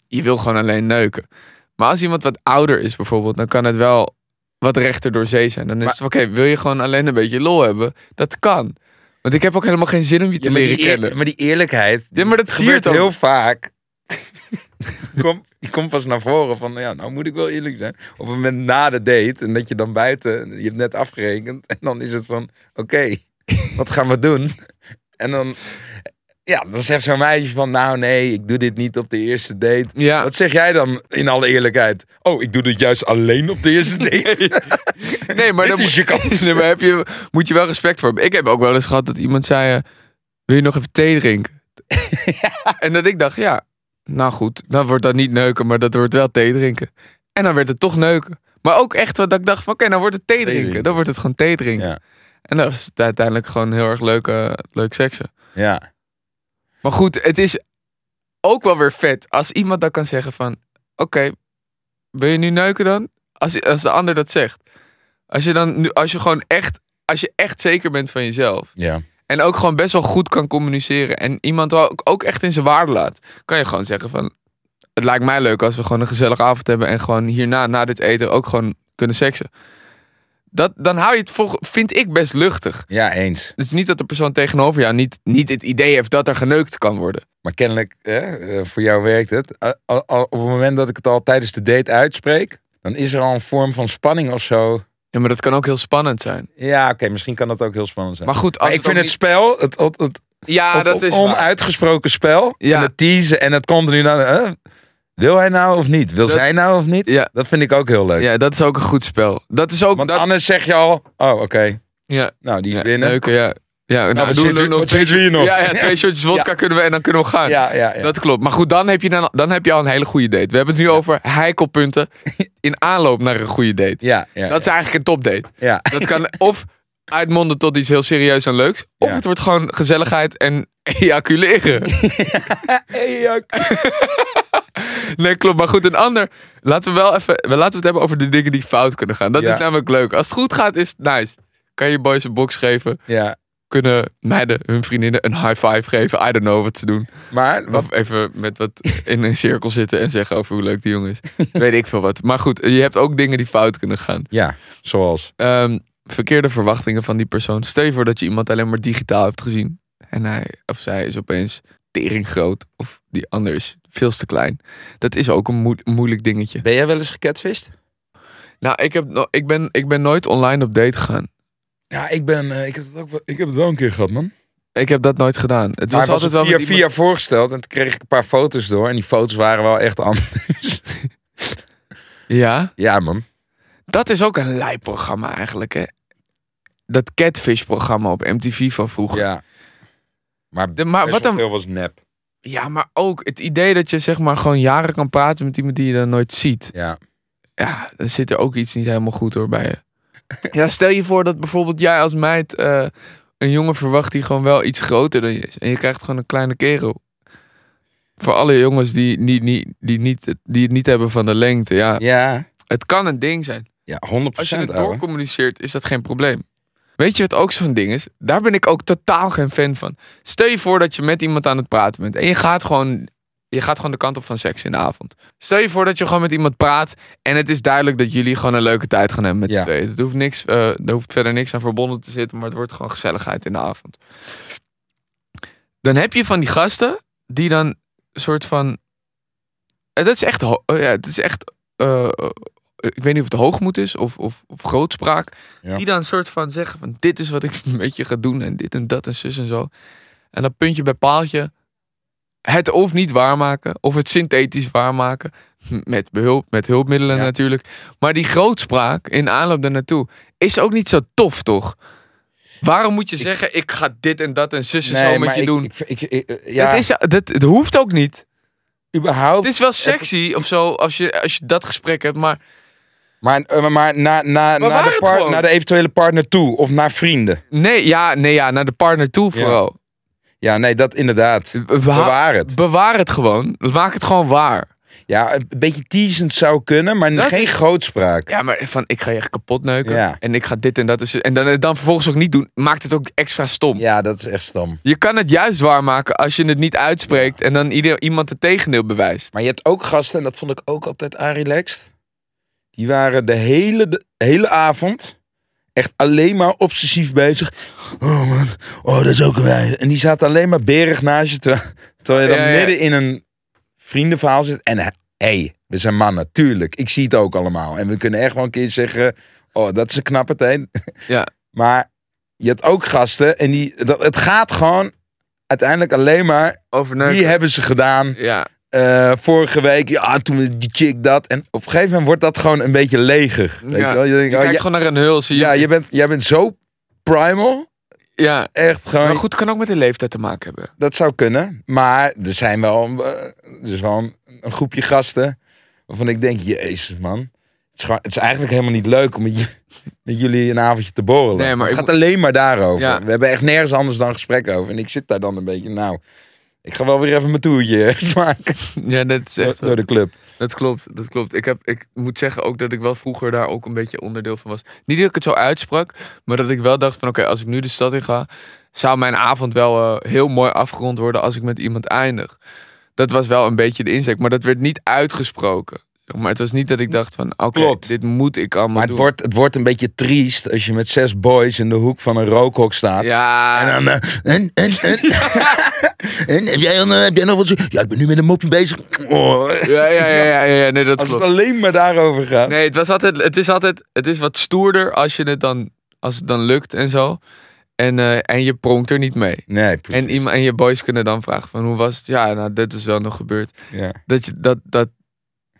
Speaker 4: je wil gewoon alleen neuken. Maar als iemand wat ouder is bijvoorbeeld, dan kan het wel wat rechter door zee zijn. Dan is
Speaker 5: Maar-
Speaker 4: het van, oké, wil je gewoon alleen een beetje lol hebben? Dat kan. Want ik heb ook helemaal geen zin om je te
Speaker 5: Ja, maar,
Speaker 4: leren
Speaker 5: die eer-
Speaker 4: kennen.
Speaker 5: maar die eerlijkheid.
Speaker 4: Ja, maar dat
Speaker 5: die
Speaker 4: zie je
Speaker 5: gebeurt
Speaker 4: toch?
Speaker 5: heel vaak. <laughs> Kom, die komt pas naar voren van, ja, nou moet ik wel eerlijk zijn. Op het moment na de date en dat je dan buiten, je hebt net afgerekend. En dan is het van, oké, wat gaan we doen? En dan, ja, dan zegt zo'n meisje van, nou nee, ik doe dit niet op de eerste date.
Speaker 4: Ja.
Speaker 5: Wat zeg jij dan in alle eerlijkheid? Oh, ik doe dit juist alleen op de
Speaker 4: <laughs>
Speaker 5: eerste date.
Speaker 4: Nee, maar
Speaker 5: Dit
Speaker 4: dan
Speaker 5: is je
Speaker 4: <laughs>
Speaker 5: kans.
Speaker 4: Nee, maar heb je, moet je wel respect voor hebben. Ik heb ook wel eens gehad dat iemand zei: eh, Wil je nog even thee drinken? En dat ik dacht: Ja, nou goed, dan wordt dat niet neuken, maar dat wordt wel thee drinken. En dan werd het toch neuken. Maar ook echt wat dat ik dacht: van, Oké, dan wordt het thee drinken.
Speaker 5: drinken.
Speaker 4: Dan wordt het gewoon thee drinken.
Speaker 5: Ja.
Speaker 4: En dat was het uiteindelijk gewoon heel erg leuk, eh, leuk seksen.
Speaker 5: Ja,
Speaker 4: Maar goed, het is ook wel weer vet als iemand dan kan zeggen: van... Oké, wil je nu neuken dan? Als, als de ander dat zegt. Als je dan nu, als je gewoon echt, als je echt zeker bent van jezelf.
Speaker 5: ja.
Speaker 4: En ook gewoon best wel goed kan communiceren. En iemand ook, ook echt in zijn waarde laat. Kan je gewoon zeggen van. Het lijkt mij leuk als we gewoon een gezellige avond hebben. En gewoon hierna, na dit eten, ook gewoon kunnen seksen. Dat, dan hou je het, volg- vind ik, best luchtig.
Speaker 5: ja eens.
Speaker 4: Het is niet dat de persoon tegenover jou niet, niet het idee heeft dat er geneukt kan worden.
Speaker 5: Maar kennelijk, hè, eh, voor jou werkt het. A- a- a- op het moment dat ik het al tijdens de date uitspreek, dan is er al een vorm van spanning of zo.
Speaker 4: Ja, maar dat kan ook heel spannend zijn.
Speaker 5: Ja, oké, misschien kan dat ook heel spannend zijn.
Speaker 4: Maar
Speaker 5: Maar,
Speaker 4: goed, als
Speaker 5: ik vind het
Speaker 4: ook
Speaker 5: spel, het, het, het
Speaker 4: niet- Ja,
Speaker 5: het
Speaker 4: Ah, dat is. waar.
Speaker 5: onuitgesproken spel,
Speaker 4: Ja.
Speaker 5: en het teasen en het continu naar, eh, wil hij nou of niet? Wil
Speaker 4: Dat-
Speaker 5: zij nou of niet?
Speaker 4: Ja.
Speaker 5: Dat vind ik ook heel leuk.
Speaker 4: Ja, dat is ook een goed spel. Dat is ook.
Speaker 5: Want
Speaker 4: dat,
Speaker 5: anders zeg je al, oh oké,
Speaker 4: ja,
Speaker 5: nou die is
Speaker 4: ja,
Speaker 5: binnen.
Speaker 4: neuken, ja. Ja, nou,
Speaker 5: wat
Speaker 4: doen we
Speaker 5: zit u-
Speaker 4: nog
Speaker 5: wat
Speaker 4: twee
Speaker 5: zit u hier
Speaker 4: shot-
Speaker 5: nog?
Speaker 4: Ja, ja, twee shotjes wodka kunnen we en dan kunnen we gaan.
Speaker 5: <laughs> Ja, ja, ja.
Speaker 4: Dat klopt. Maar goed, dan heb, je dan, dan heb je al een hele goede date. We hebben het nu over heikelpunten in aanloop naar een goede date.
Speaker 5: ja, ja,
Speaker 4: dat is eigenlijk een topdate.
Speaker 5: ja.
Speaker 4: Dat
Speaker 5: <laughs>
Speaker 4: kan of uitmonden tot iets heel serieus en leuks. Of
Speaker 5: Ja.
Speaker 4: het wordt gewoon gezelligheid en ejaculeren. Nee, klopt. Maar goed, een ander. Laten we wel even. we- Laten we het hebben over de dingen die fout kunnen gaan. Dat
Speaker 5: Ja.
Speaker 4: is namelijk leuk. Als het goed gaat, is het nice. Kan je boys een box geven?
Speaker 5: ja.
Speaker 4: Kunnen meiden hun vriendinnen een high five geven? I don't know wat ze doen.
Speaker 5: Maar, wat,
Speaker 4: Of even met wat in een cirkel zitten en zeggen over hoe leuk die jongen is. Weet ik veel wat. Maar goed, je hebt ook dingen die fout kunnen gaan.
Speaker 5: ja, zoals.
Speaker 4: Ehm, verkeerde verwachtingen van die persoon. Stel je voor dat je iemand alleen maar digitaal hebt gezien. En hij of zij is opeens tering groot. Of die ander is veel te klein. Dat is ook een moe- moeilijk dingetje.
Speaker 5: Ben jij wel eens gecatfished?
Speaker 4: Nou, ik, heb, no- ik, ben, ik ben nooit online op date gegaan.
Speaker 5: Ja, ik ben, eh, ik heb het ook wel, ik heb het wel een keer gehad man.
Speaker 4: Ik heb dat nooit gedaan. Het
Speaker 5: Maar
Speaker 4: was altijd wel
Speaker 5: via,
Speaker 4: met iemand-
Speaker 5: via voorgesteld en toen kreeg ik een paar foto's door en die foto's waren wel echt anders. <laughs>
Speaker 4: Ja,
Speaker 5: ja man.
Speaker 4: dat is ook een lijp programma eigenlijk, hè. Dat Catfish-programma op MTV van vroeger.
Speaker 5: Ja. Maar,
Speaker 4: De- maar wat
Speaker 5: wat
Speaker 4: dan?
Speaker 5: veel was nep.
Speaker 4: Ja, maar ook het idee dat je zeg maar gewoon jaren kan praten met iemand die je dan nooit ziet.
Speaker 5: Ja.
Speaker 4: ja, dan zit er ook iets niet helemaal goed hoor bij je. Ja, stel je voor dat bijvoorbeeld jij als meid eh, een jongen verwacht die gewoon wel iets groter dan je is. En je krijgt gewoon een kleine kerel. Voor alle jongens die, niet niet die, niet, die het niet hebben van de lengte. Ja,
Speaker 5: Ja.
Speaker 4: het kan een ding zijn.
Speaker 5: Ja, 100%
Speaker 4: Als je het
Speaker 5: ouwe.
Speaker 4: doorcommuniceert, is dat geen probleem. Weet je wat ook zo'n ding is? Daar ben ik ook totaal geen fan van. Stel je voor dat je met iemand aan het praten bent. En je gaat gewoon, je gaat gewoon de kant op van seks in de avond. Stel je voor dat je gewoon met iemand praat. En het is duidelijk dat jullie gewoon een leuke tijd gaan hebben met z'n
Speaker 5: Ja.
Speaker 4: tweeën. Er hoeft, niks, eh, er hoeft verder niks aan verbonden te zitten. Maar het wordt gewoon gezelligheid in de avond. Dan heb je van die gasten die dan een soort van... eh, Dat is echt, ho- eh, ja, het is echt eh, ik weet niet of het hoogmoed is of, of, of grootspraak.
Speaker 5: Ja.
Speaker 4: Die dan een soort van zeggen van dit is wat ik <laughs> met je ga doen en dit en dat en zus en zo. En dan puntje bij paaltje het of niet waarmaken of het synthetisch waarmaken. M- Met behulp, met hulpmiddelen
Speaker 5: Ja.
Speaker 4: natuurlijk. Maar die grootspraak in aanloop daarnaartoe is ook niet zo tof toch? Waarom moet je zeggen ik ga dit en dat en zus en zo met
Speaker 5: maar
Speaker 4: je
Speaker 5: ik,
Speaker 4: doen?
Speaker 5: Ik, ik, ik- eh, ja,
Speaker 4: dat, is, dat, dat hoeft ook niet.
Speaker 5: überhaupt.
Speaker 4: Het is wel sexy of zo als je, als je dat gesprek hebt, maar
Speaker 5: maar eh, maar na,
Speaker 4: waar
Speaker 5: na, naar, de
Speaker 4: het
Speaker 5: par-
Speaker 4: gewoon?
Speaker 5: naar de eventuele partner toe of naar vrienden.
Speaker 4: Nee, ja, nee, ja, naar de partner toe
Speaker 5: Ja.
Speaker 4: vooral.
Speaker 5: Ja, nee, dat inderdaad.
Speaker 4: Bewa-
Speaker 5: Bewaar het.
Speaker 4: Bewaar het gewoon. Maak het gewoon waar.
Speaker 5: Ja, een beetje teasend zou kunnen, maar
Speaker 4: Dat
Speaker 5: geen
Speaker 4: is-
Speaker 5: grootspraak.
Speaker 4: Ja, maar van ik ga je echt kapot neuken.
Speaker 5: Ja.
Speaker 4: En ik ga dit en dat. is- En dan, dan vervolgens ook niet doen. Maakt het ook extra stom.
Speaker 5: Ja, dat is echt stom.
Speaker 4: Je kan het juist waarmaken als je het niet uitspreekt. En dan ieder, iemand het tegendeel bewijst.
Speaker 5: Maar je hebt ook gasten, en dat vond ik ook altijd aan relaxed. Die waren de hele, de hele avond echt alleen maar obsessief bezig. Oh man, oh dat is ook wij. En die zaten alleen maar berig naast je. Terwijl, terwijl je dan
Speaker 4: Ja, ja.
Speaker 5: midden in een vriendenverhaal zit. En hé, hey, we zijn mannen, tuurlijk. Ik zie het ook allemaal. En we kunnen echt wel een keer zeggen... Oh, dat is een knappe tijd.
Speaker 4: Ja.
Speaker 5: <laughs> Maar je hebt ook gasten en die, dat, het gaat gewoon uiteindelijk alleen maar...
Speaker 4: Overneuken.
Speaker 5: Die hebben ze gedaan.
Speaker 4: Ja,
Speaker 5: Eh, vorige week, ja, toen die chick dat. En op een gegeven moment wordt dat gewoon een beetje leger. Weet
Speaker 4: Ja,
Speaker 5: je wel? Je
Speaker 4: je
Speaker 5: denkt, oh,
Speaker 4: kijkt
Speaker 5: ja,
Speaker 4: gewoon naar een huls. Je,
Speaker 5: ja, je bent, jij bent zo primal.
Speaker 4: ja.
Speaker 5: Echt gewoon,
Speaker 4: Maar goed, kan ook met de leeftijd te maken hebben. <laughs>
Speaker 5: dat zou kunnen. Maar er zijn wel, eh, er is wel een, een groepje gasten waarvan ik denk, jezus man. Het is, gewoon- het is eigenlijk helemaal niet leuk om met, j- met jullie een avondje te borrelen.
Speaker 4: Nee, maar
Speaker 5: het
Speaker 4: ik
Speaker 5: gaat alleen maar daarover.
Speaker 4: Ja.
Speaker 5: We hebben echt nergens anders dan gesprek over. En ik zit daar dan een beetje, nou, ik ga wel weer even mijn toertje <laughs> smaken
Speaker 4: Ja, dat is echt. zo.
Speaker 5: door de club.
Speaker 4: Dat klopt, dat klopt. Ik, heb, ik moet zeggen ook dat ik wel vroeger daar ook een beetje onderdeel van was. Niet dat ik het zo uitsprak, maar dat ik wel dacht van... oké, als ik nu de stad in ga, zou mijn avond wel eh, heel mooi afgerond worden als ik met iemand eindig. Dat was wel een beetje de inzicht, maar dat werd niet uitgesproken. Maar het was niet dat ik dacht van, oké,
Speaker 5: Klopt.
Speaker 4: dit moet ik allemaal
Speaker 5: Maar het
Speaker 4: doen.
Speaker 5: wordt, het wordt een beetje triest als je met zes boys in de hoek van een rookhok staat.
Speaker 4: Ja,
Speaker 6: En dan, eh, en, en,
Speaker 4: <laughs>
Speaker 6: en. en heb jij, dan, eh, heb jij nog wat? zo- Ja, ik ben nu met een mopje bezig. Oh.
Speaker 4: ja, ja, ja, ja, ja, nee, dat
Speaker 5: Als het
Speaker 4: klopt.
Speaker 5: alleen maar daarover gaat.
Speaker 4: Nee, het, was altijd, het is altijd het is wat stoerder als, je het, dan, als het dan lukt en zo. En, eh, en je pronkt er niet mee.
Speaker 5: Nee, precies.
Speaker 4: En, iemand, en je boys kunnen dan vragen van hoe was het? Ja, nou, dit is wel nog gebeurd.
Speaker 5: ja.
Speaker 4: Dat je dat, dat,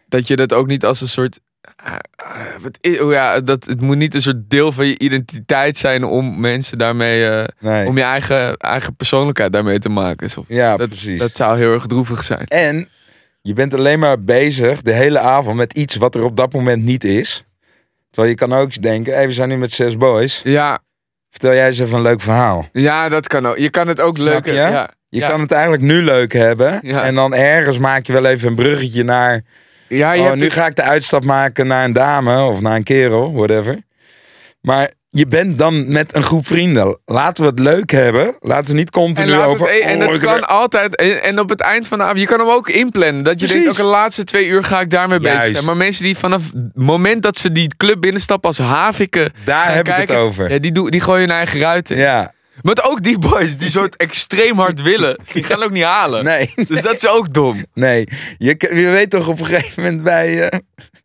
Speaker 4: dat, je dat ook niet als een soort... eh, eh, wat i- oh ja, dat, het moet niet een soort deel van je identiteit zijn om mensen daarmee... eh,
Speaker 5: Nee.
Speaker 4: Om je eigen, eigen persoonlijkheid daarmee te maken. Zo.
Speaker 5: ja,
Speaker 4: dat,
Speaker 5: precies.
Speaker 4: dat zou heel erg droevig zijn.
Speaker 5: En je bent alleen maar bezig de hele avond met iets wat er op dat moment niet is. Terwijl je kan ook denken, hey, we zijn nu met zes boys.
Speaker 4: Ja,
Speaker 5: Vertel jij eens even een leuk verhaal.
Speaker 4: ja, dat kan ook. Je kan het ook
Speaker 5: Snap
Speaker 4: leuker...
Speaker 5: je?
Speaker 4: Ja,
Speaker 5: Je
Speaker 4: ja.
Speaker 5: kan het eigenlijk nu leuk hebben.
Speaker 4: Ja.
Speaker 5: En dan ergens maak je wel even een bruggetje naar...
Speaker 4: ja, je
Speaker 5: oh,
Speaker 4: hebt
Speaker 5: nu
Speaker 4: het-
Speaker 5: ga ik de uitstap maken naar een dame of naar een kerel, whatever. Maar je bent dan met een groep vrienden. Laten we het leuk hebben. Laten we niet
Speaker 4: En,
Speaker 5: continu
Speaker 4: laat
Speaker 5: over...
Speaker 4: het, e- en
Speaker 5: oh,
Speaker 4: dat
Speaker 5: ik
Speaker 4: kan
Speaker 5: heb-
Speaker 4: altijd. En, en op het eind van de avond, je kan hem ook inplannen. Dat je denkt,
Speaker 5: Precies.
Speaker 4: ook de laatste twee uur ga ik daarmee bezig
Speaker 5: Juist.
Speaker 4: zijn. Maar mensen die vanaf het moment dat ze die club binnenstappen als haviken.
Speaker 5: Daar
Speaker 4: gaan
Speaker 5: heb ik
Speaker 4: kijken,
Speaker 5: het over.
Speaker 4: Ja, die, doen- die gooien hun eigen ruit in.
Speaker 5: Ja,
Speaker 4: Maar ook die boys die
Speaker 5: <laughs>
Speaker 4: soort extreem hard willen. Die gaan ook niet halen.
Speaker 5: nee, <laughs>
Speaker 4: Dus dat is ook dom.
Speaker 5: nee. Je, k- je weet toch op een gegeven moment bij... eh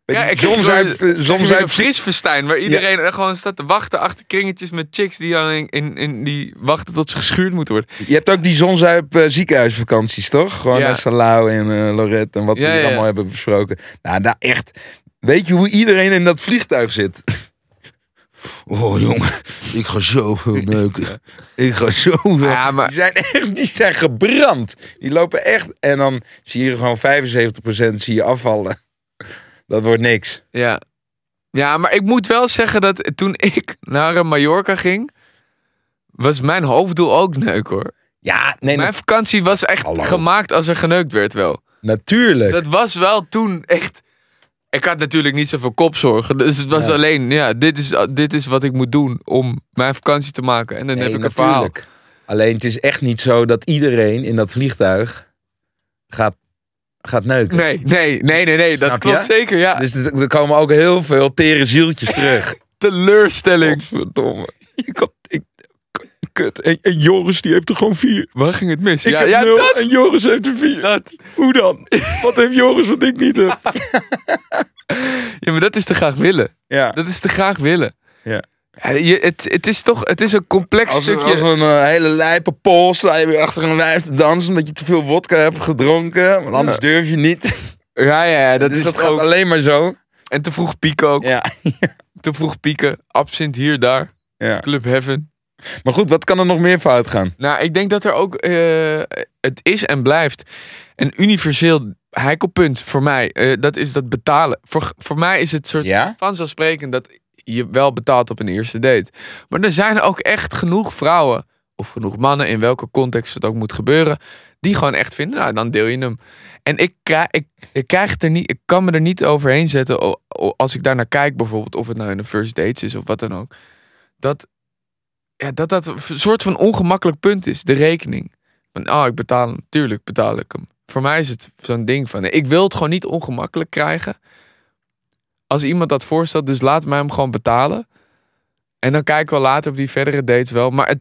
Speaker 4: Ja,
Speaker 5: bij
Speaker 4: ik
Speaker 5: die John
Speaker 4: kreeg
Speaker 5: Zuip-
Speaker 4: weer-
Speaker 5: John
Speaker 4: Soms
Speaker 5: Zuip-
Speaker 4: een frisfestijn waar iedereen er gewoon staat te wachten achter kringetjes met chicks die dan in, in, in- die wachten tot ze geschuurd moeten worden.
Speaker 5: Je hebt ook die zonzuip eh, ziekenhuisvakanties, toch? Gewoon
Speaker 4: Ja.
Speaker 5: naar Salau en eh Lorette en wat
Speaker 4: Ja,
Speaker 5: we hier
Speaker 4: ja, ja.
Speaker 5: allemaal hebben besproken. Nou, daar echt... Weet je hoe iedereen in dat vliegtuig zit? <laughs>
Speaker 6: oh, jongen, ik ga zo
Speaker 4: <laughs>
Speaker 6: veel neuken.
Speaker 5: Ik ga zo.
Speaker 4: Ja, maar-
Speaker 5: Die zijn echt, die zijn gebrand. Die lopen echt. En dan zie je gewoon 75% zie je afvallen. Dat wordt niks.
Speaker 4: Ja. Ja, maar ik moet wel zeggen dat toen <laughs> ik naar eh, Mallorca ging, was mijn hoofddoel ook neuk hoor.
Speaker 5: Ja, nee,
Speaker 4: Mijn vakantie was echt
Speaker 5: Hallo.
Speaker 4: gemaakt als er geneukt werd wel.
Speaker 5: natuurlijk.
Speaker 4: Dat was wel toen echt... Ik had natuurlijk niet zoveel kopzorgen, dus het was alleen, ja, dit is, dit is wat ik moet doen om mijn vakantie te maken. En dan
Speaker 5: Nee,
Speaker 4: heb ik een verhaal.
Speaker 5: natuurlijk. Alleen het is echt niet zo dat iedereen in dat vliegtuig gaat, gaat neuken.
Speaker 4: Nee, nee, nee, nee, nee dat
Speaker 5: Snap je?
Speaker 4: klopt zeker, ja.
Speaker 5: Dus er er komen ook heel veel tere
Speaker 4: <laughs>
Speaker 5: zieltjes terug.
Speaker 4: Teleurstelling.
Speaker 5: Godverdomme. Ik had, ik, kut. En, en Joris die heeft er gewoon vier.
Speaker 4: Waar ging het mis?
Speaker 5: Ik
Speaker 4: ja,
Speaker 5: heb
Speaker 4: ja,
Speaker 5: nul
Speaker 4: dat-
Speaker 5: en Joris heeft er vier.
Speaker 4: dat.
Speaker 5: Hoe dan? Wat heeft Joris wat ik niet heb?
Speaker 4: <laughs> ja, maar dat is te graag willen.
Speaker 5: Ja.
Speaker 4: Dat is te graag willen.
Speaker 5: Ja.
Speaker 4: je, het, het is toch het is een complex
Speaker 5: Als,
Speaker 4: stukje.
Speaker 5: als een eh, hele lijpe pols sta je weer achter een lijf te dansen omdat je te veel wodka hebt gedronken. Want anders durf je niet.
Speaker 4: ja, ja, ja, dat
Speaker 5: Dus
Speaker 4: is
Speaker 5: dat
Speaker 4: het
Speaker 5: gaat
Speaker 4: ook.
Speaker 5: alleen maar zo.
Speaker 4: En te vroeg pieken ook.
Speaker 5: Ja.
Speaker 4: Te vroeg pieken. Absint hier, daar.
Speaker 5: ja.
Speaker 4: Club Heaven.
Speaker 5: Maar goed, wat kan er nog meer fout gaan?
Speaker 4: Nou, ik denk dat er ook... eh, het is en blijft een universeel heikelpunt voor mij. Eh, dat is dat betalen. Voor, voor mij is het soort
Speaker 5: Ja?
Speaker 4: vanzelfsprekend dat je wel betaalt op een eerste date. Maar er zijn ook echt genoeg vrouwen of genoeg mannen, in welke context het ook moet gebeuren, die gewoon echt vinden, nou dan deel je hem. En ik, kri- ik, ik, krijg het er niet, ik kan me er niet overheen zetten o- o- als ik daar naar kijk bijvoorbeeld, of het nou in de first dates is of wat dan ook. Dat ja, dat, dat een soort van ongemakkelijk punt is, de rekening. Van, ah, ik betaal hem, tuurlijk betaal ik hem. Voor mij is het zo'n ding van, ik wil het gewoon niet ongemakkelijk krijgen als iemand dat voorstelt, dus laat mij hem gewoon betalen. En dan kijken we later op die verdere dates wel. Maar het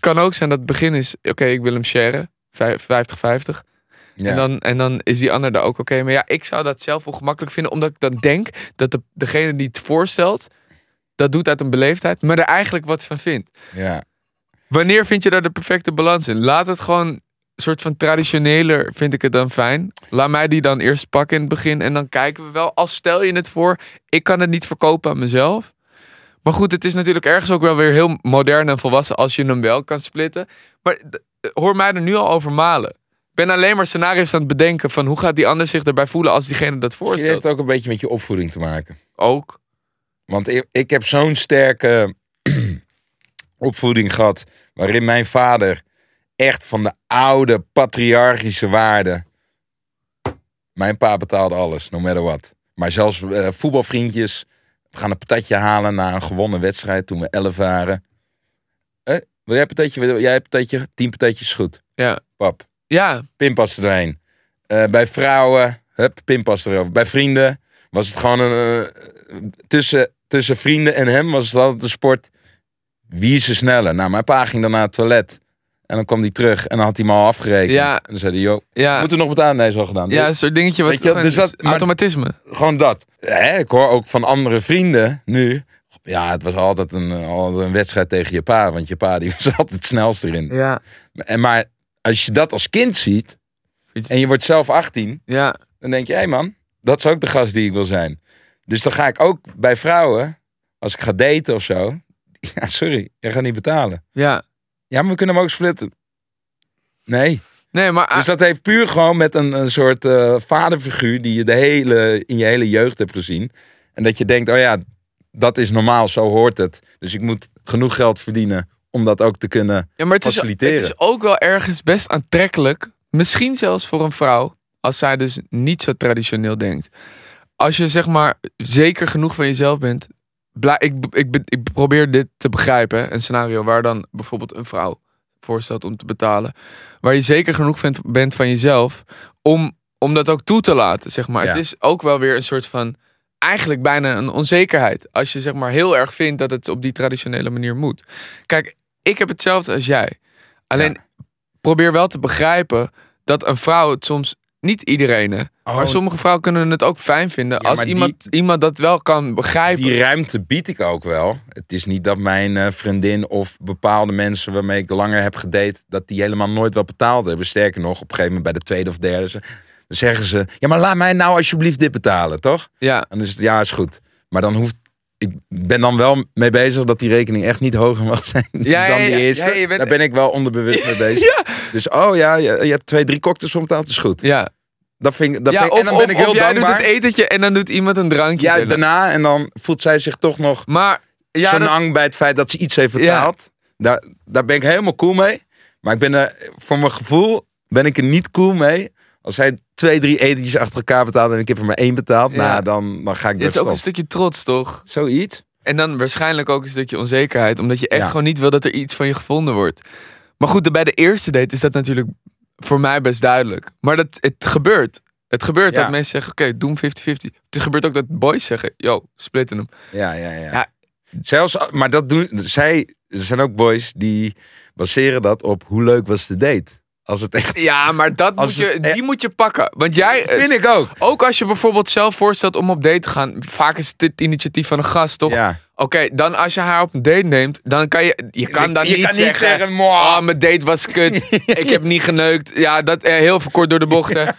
Speaker 4: kan ook zijn dat het begin is, oké, ik wil hem sharen. vijf- 50-50.
Speaker 5: Ja.
Speaker 4: En, dan, en dan is die ander daar ook oké mee. Ja, ik zou dat zelf ongemakkelijk vinden, omdat ik dan denk dat de, degene die het voorstelt, dat doet uit een beleefdheid, maar er eigenlijk wat van vindt.
Speaker 5: ja.
Speaker 4: Wanneer vind je daar de perfecte balans in? Laat het gewoon een soort van traditioneler, vind ik het dan fijn. Laat mij die dan eerst pakken in het begin en dan kijken we wel. Als stel je het voor, ik kan het niet verkopen aan mezelf. Maar goed, het is natuurlijk ergens ook wel weer heel modern en volwassen als je hem wel kan splitten. Maar d- hoor mij er nu al over malen. Ik ben alleen maar scenario's aan het bedenken van hoe gaat die ander zich erbij voelen als diegene dat
Speaker 5: Het
Speaker 4: voorstelt.
Speaker 5: heeft ook een beetje met je opvoeding te maken.
Speaker 4: Ook.
Speaker 5: Want ik, ik heb zo'n sterke <clears throat> opvoeding gehad. waarin mijn vader echt van de oude patriarchische waarden. Mijn pa betaalde alles, no matter what. Maar zelfs eh, voetbalvriendjes. We gaan een patatje halen na een gewonnen wedstrijd toen we 11 waren. Eh, wil jij een patatje? Wil Jij een patatje? Tien patatjes is goed.
Speaker 4: Ja.
Speaker 5: Pap,
Speaker 4: Ja,
Speaker 5: pinpas erheen. Eh, bij vrouwen, hup, pinpas erover. Bij vrienden was het gewoon een... eh, tussen, tussen vrienden en hem was het altijd een sport. Wie is er sneller? Nou, mijn pa ging dan naar het toilet. En dan kwam hij terug en dan had hij me al afgerekend.
Speaker 4: Ja.
Speaker 5: En dan zei hij, joh,
Speaker 4: ja.
Speaker 5: moeten we nog betalen? Nee, is al gedaan.
Speaker 4: Ja, een soort dingetje wat
Speaker 5: Weet je wel,
Speaker 4: gewoon
Speaker 5: dus dat-
Speaker 4: is
Speaker 5: maar-
Speaker 4: automatisme.
Speaker 5: Gewoon dat. Hè, ik hoor ook van andere vrienden nu... Ja, het was altijd een, eh, altijd een wedstrijd tegen je pa. Want je pa die was <laughs> altijd het snelste erin.
Speaker 4: Ja.
Speaker 5: En, maar als je dat als kind ziet... En je wordt zelf 18...
Speaker 4: Ja.
Speaker 5: Dan denk je, hé man, dat is ook de gast die ik wil zijn. Dus dan ga ik ook bij vrouwen, als ik ga daten of zo. <laughs> Ja, sorry, jij gaat niet betalen.
Speaker 4: Ja.
Speaker 5: Ja, maar we kunnen hem ook splitten. Nee.
Speaker 4: Nee, maar ah,
Speaker 5: Dus dat heeft puur gewoon met een, een soort eh, vaderfiguur die je de hele, in je hele jeugd hebt gezien. En dat je denkt, oh ja, dat is normaal, zo hoort het. Dus ik moet genoeg geld verdienen om dat ook te kunnen.
Speaker 4: Ja, maar het is, het
Speaker 5: Faciliteren.
Speaker 4: is ook wel ergens best aantrekkelijk. Misschien zelfs voor een vrouw. Als zij dus niet zo traditioneel denkt. Als je zeg maar zeker genoeg van jezelf bent. bla- ik, ik, be- ik probeer dit te begrijpen. hè, Een scenario waar dan bijvoorbeeld een vrouw voorstelt om te betalen. Waar je zeker genoeg vindt- bent van jezelf. Om, om dat ook toe te laten. Zeg maar.
Speaker 5: Ja.
Speaker 4: Het is ook wel weer een soort van. Eigenlijk bijna een onzekerheid. Als je zeg maar heel erg vindt dat het op die traditionele manier moet. Kijk, ik heb hetzelfde als jij. Alleen probeer wel te begrijpen dat een vrouw het soms niet iedereen. Hè, maar sommige vrouwen kunnen het ook fijn vinden
Speaker 5: Oh. Ja,
Speaker 4: als
Speaker 5: maar
Speaker 4: iemand, iemand dat wel kan begrijpen.
Speaker 5: Die ruimte bied ik ook wel. Het is niet dat mijn eh, vriendin of bepaalde mensen waarmee ik langer heb gedate, dat die helemaal nooit wat betaald hebben. Sterker nog, op een gegeven moment bij de tweede of derde, ze- dan zeggen ze: Ja, maar laat mij nou alsjeblieft dit betalen, toch?
Speaker 4: Ja,
Speaker 5: En dan is het ja, is goed. Maar dan hoeft. Ik ben dan wel mee bezig dat die rekening echt niet hoger <laughs> mag zijn
Speaker 4: Ja,
Speaker 5: dan
Speaker 4: ja, ja.
Speaker 5: die eerste.
Speaker 4: Ja, je bent-
Speaker 5: Daar ben ik wel onderbewust
Speaker 4: <laughs>
Speaker 5: mee bezig. Dus oh <laughs> ja, je, je hebt twee, drie cocktails om betaald, is goed.
Speaker 4: ja.
Speaker 5: Dat vind, ik- dat
Speaker 4: ja
Speaker 5: vind, ik-
Speaker 4: of,
Speaker 5: en dan ben
Speaker 4: of-
Speaker 5: ik heel
Speaker 4: of jij
Speaker 5: dankbaar.
Speaker 4: doet het etentje en dan doet iemand een drankje.
Speaker 5: ja,
Speaker 4: erna.
Speaker 5: daarna en dan voelt zij zich toch nog
Speaker 4: Maar ja,
Speaker 5: ja,
Speaker 4: dat-
Speaker 5: hang bij het feit dat ze iets heeft betaald. Daar, daar ben ik helemaal cool mee. Maar ik ben er, voor mijn gevoel ben ik er niet cool mee. Als hij twee, drie etentjes achter elkaar betaalt en ik heb er maar één betaald.
Speaker 4: Ja.
Speaker 5: Nou, dan, dan ga ik
Speaker 4: het
Speaker 5: best
Speaker 4: is ook
Speaker 5: op.
Speaker 4: een stukje trots, toch?
Speaker 5: Zoiets.
Speaker 4: En dan waarschijnlijk ook een stukje onzekerheid. Omdat je echt
Speaker 5: Ja.
Speaker 4: gewoon niet wil dat er iets van je gevonden wordt. Maar goed, bij de eerste date is dat natuurlijk voor mij best duidelijk. Maar dat, het gebeurt. Het gebeurt
Speaker 5: Ja.
Speaker 4: dat mensen zeggen, oké, doen 50-50. Het gebeurt ook dat boys zeggen, yo, splitten hem.
Speaker 5: Ja, ja, ja.
Speaker 4: Ja.
Speaker 5: Zelfs, maar dat doen, zij, er zijn ook boys die baseren dat op hoe leuk was de date. Als het echt,
Speaker 4: Ja, maar dat moet
Speaker 5: Als
Speaker 4: je,
Speaker 5: het-
Speaker 4: die moet je pakken. Want jij... eh,
Speaker 5: vind ik ook.
Speaker 4: Ook als je bijvoorbeeld zelf voorstelt om op date te gaan. Vaak is dit initiatief van een gast, toch?
Speaker 5: Ja.
Speaker 4: Oké, dan als je haar op een date neemt, dan kan je... Je kan dan
Speaker 5: je
Speaker 4: niet
Speaker 5: kan niet
Speaker 4: zeggen...
Speaker 5: zeggen, "Mwah."
Speaker 4: oh, mijn date was kut.
Speaker 5: <laughs>
Speaker 4: ik heb niet geneukt. Ja, dat eh, heel verkort door de bochten.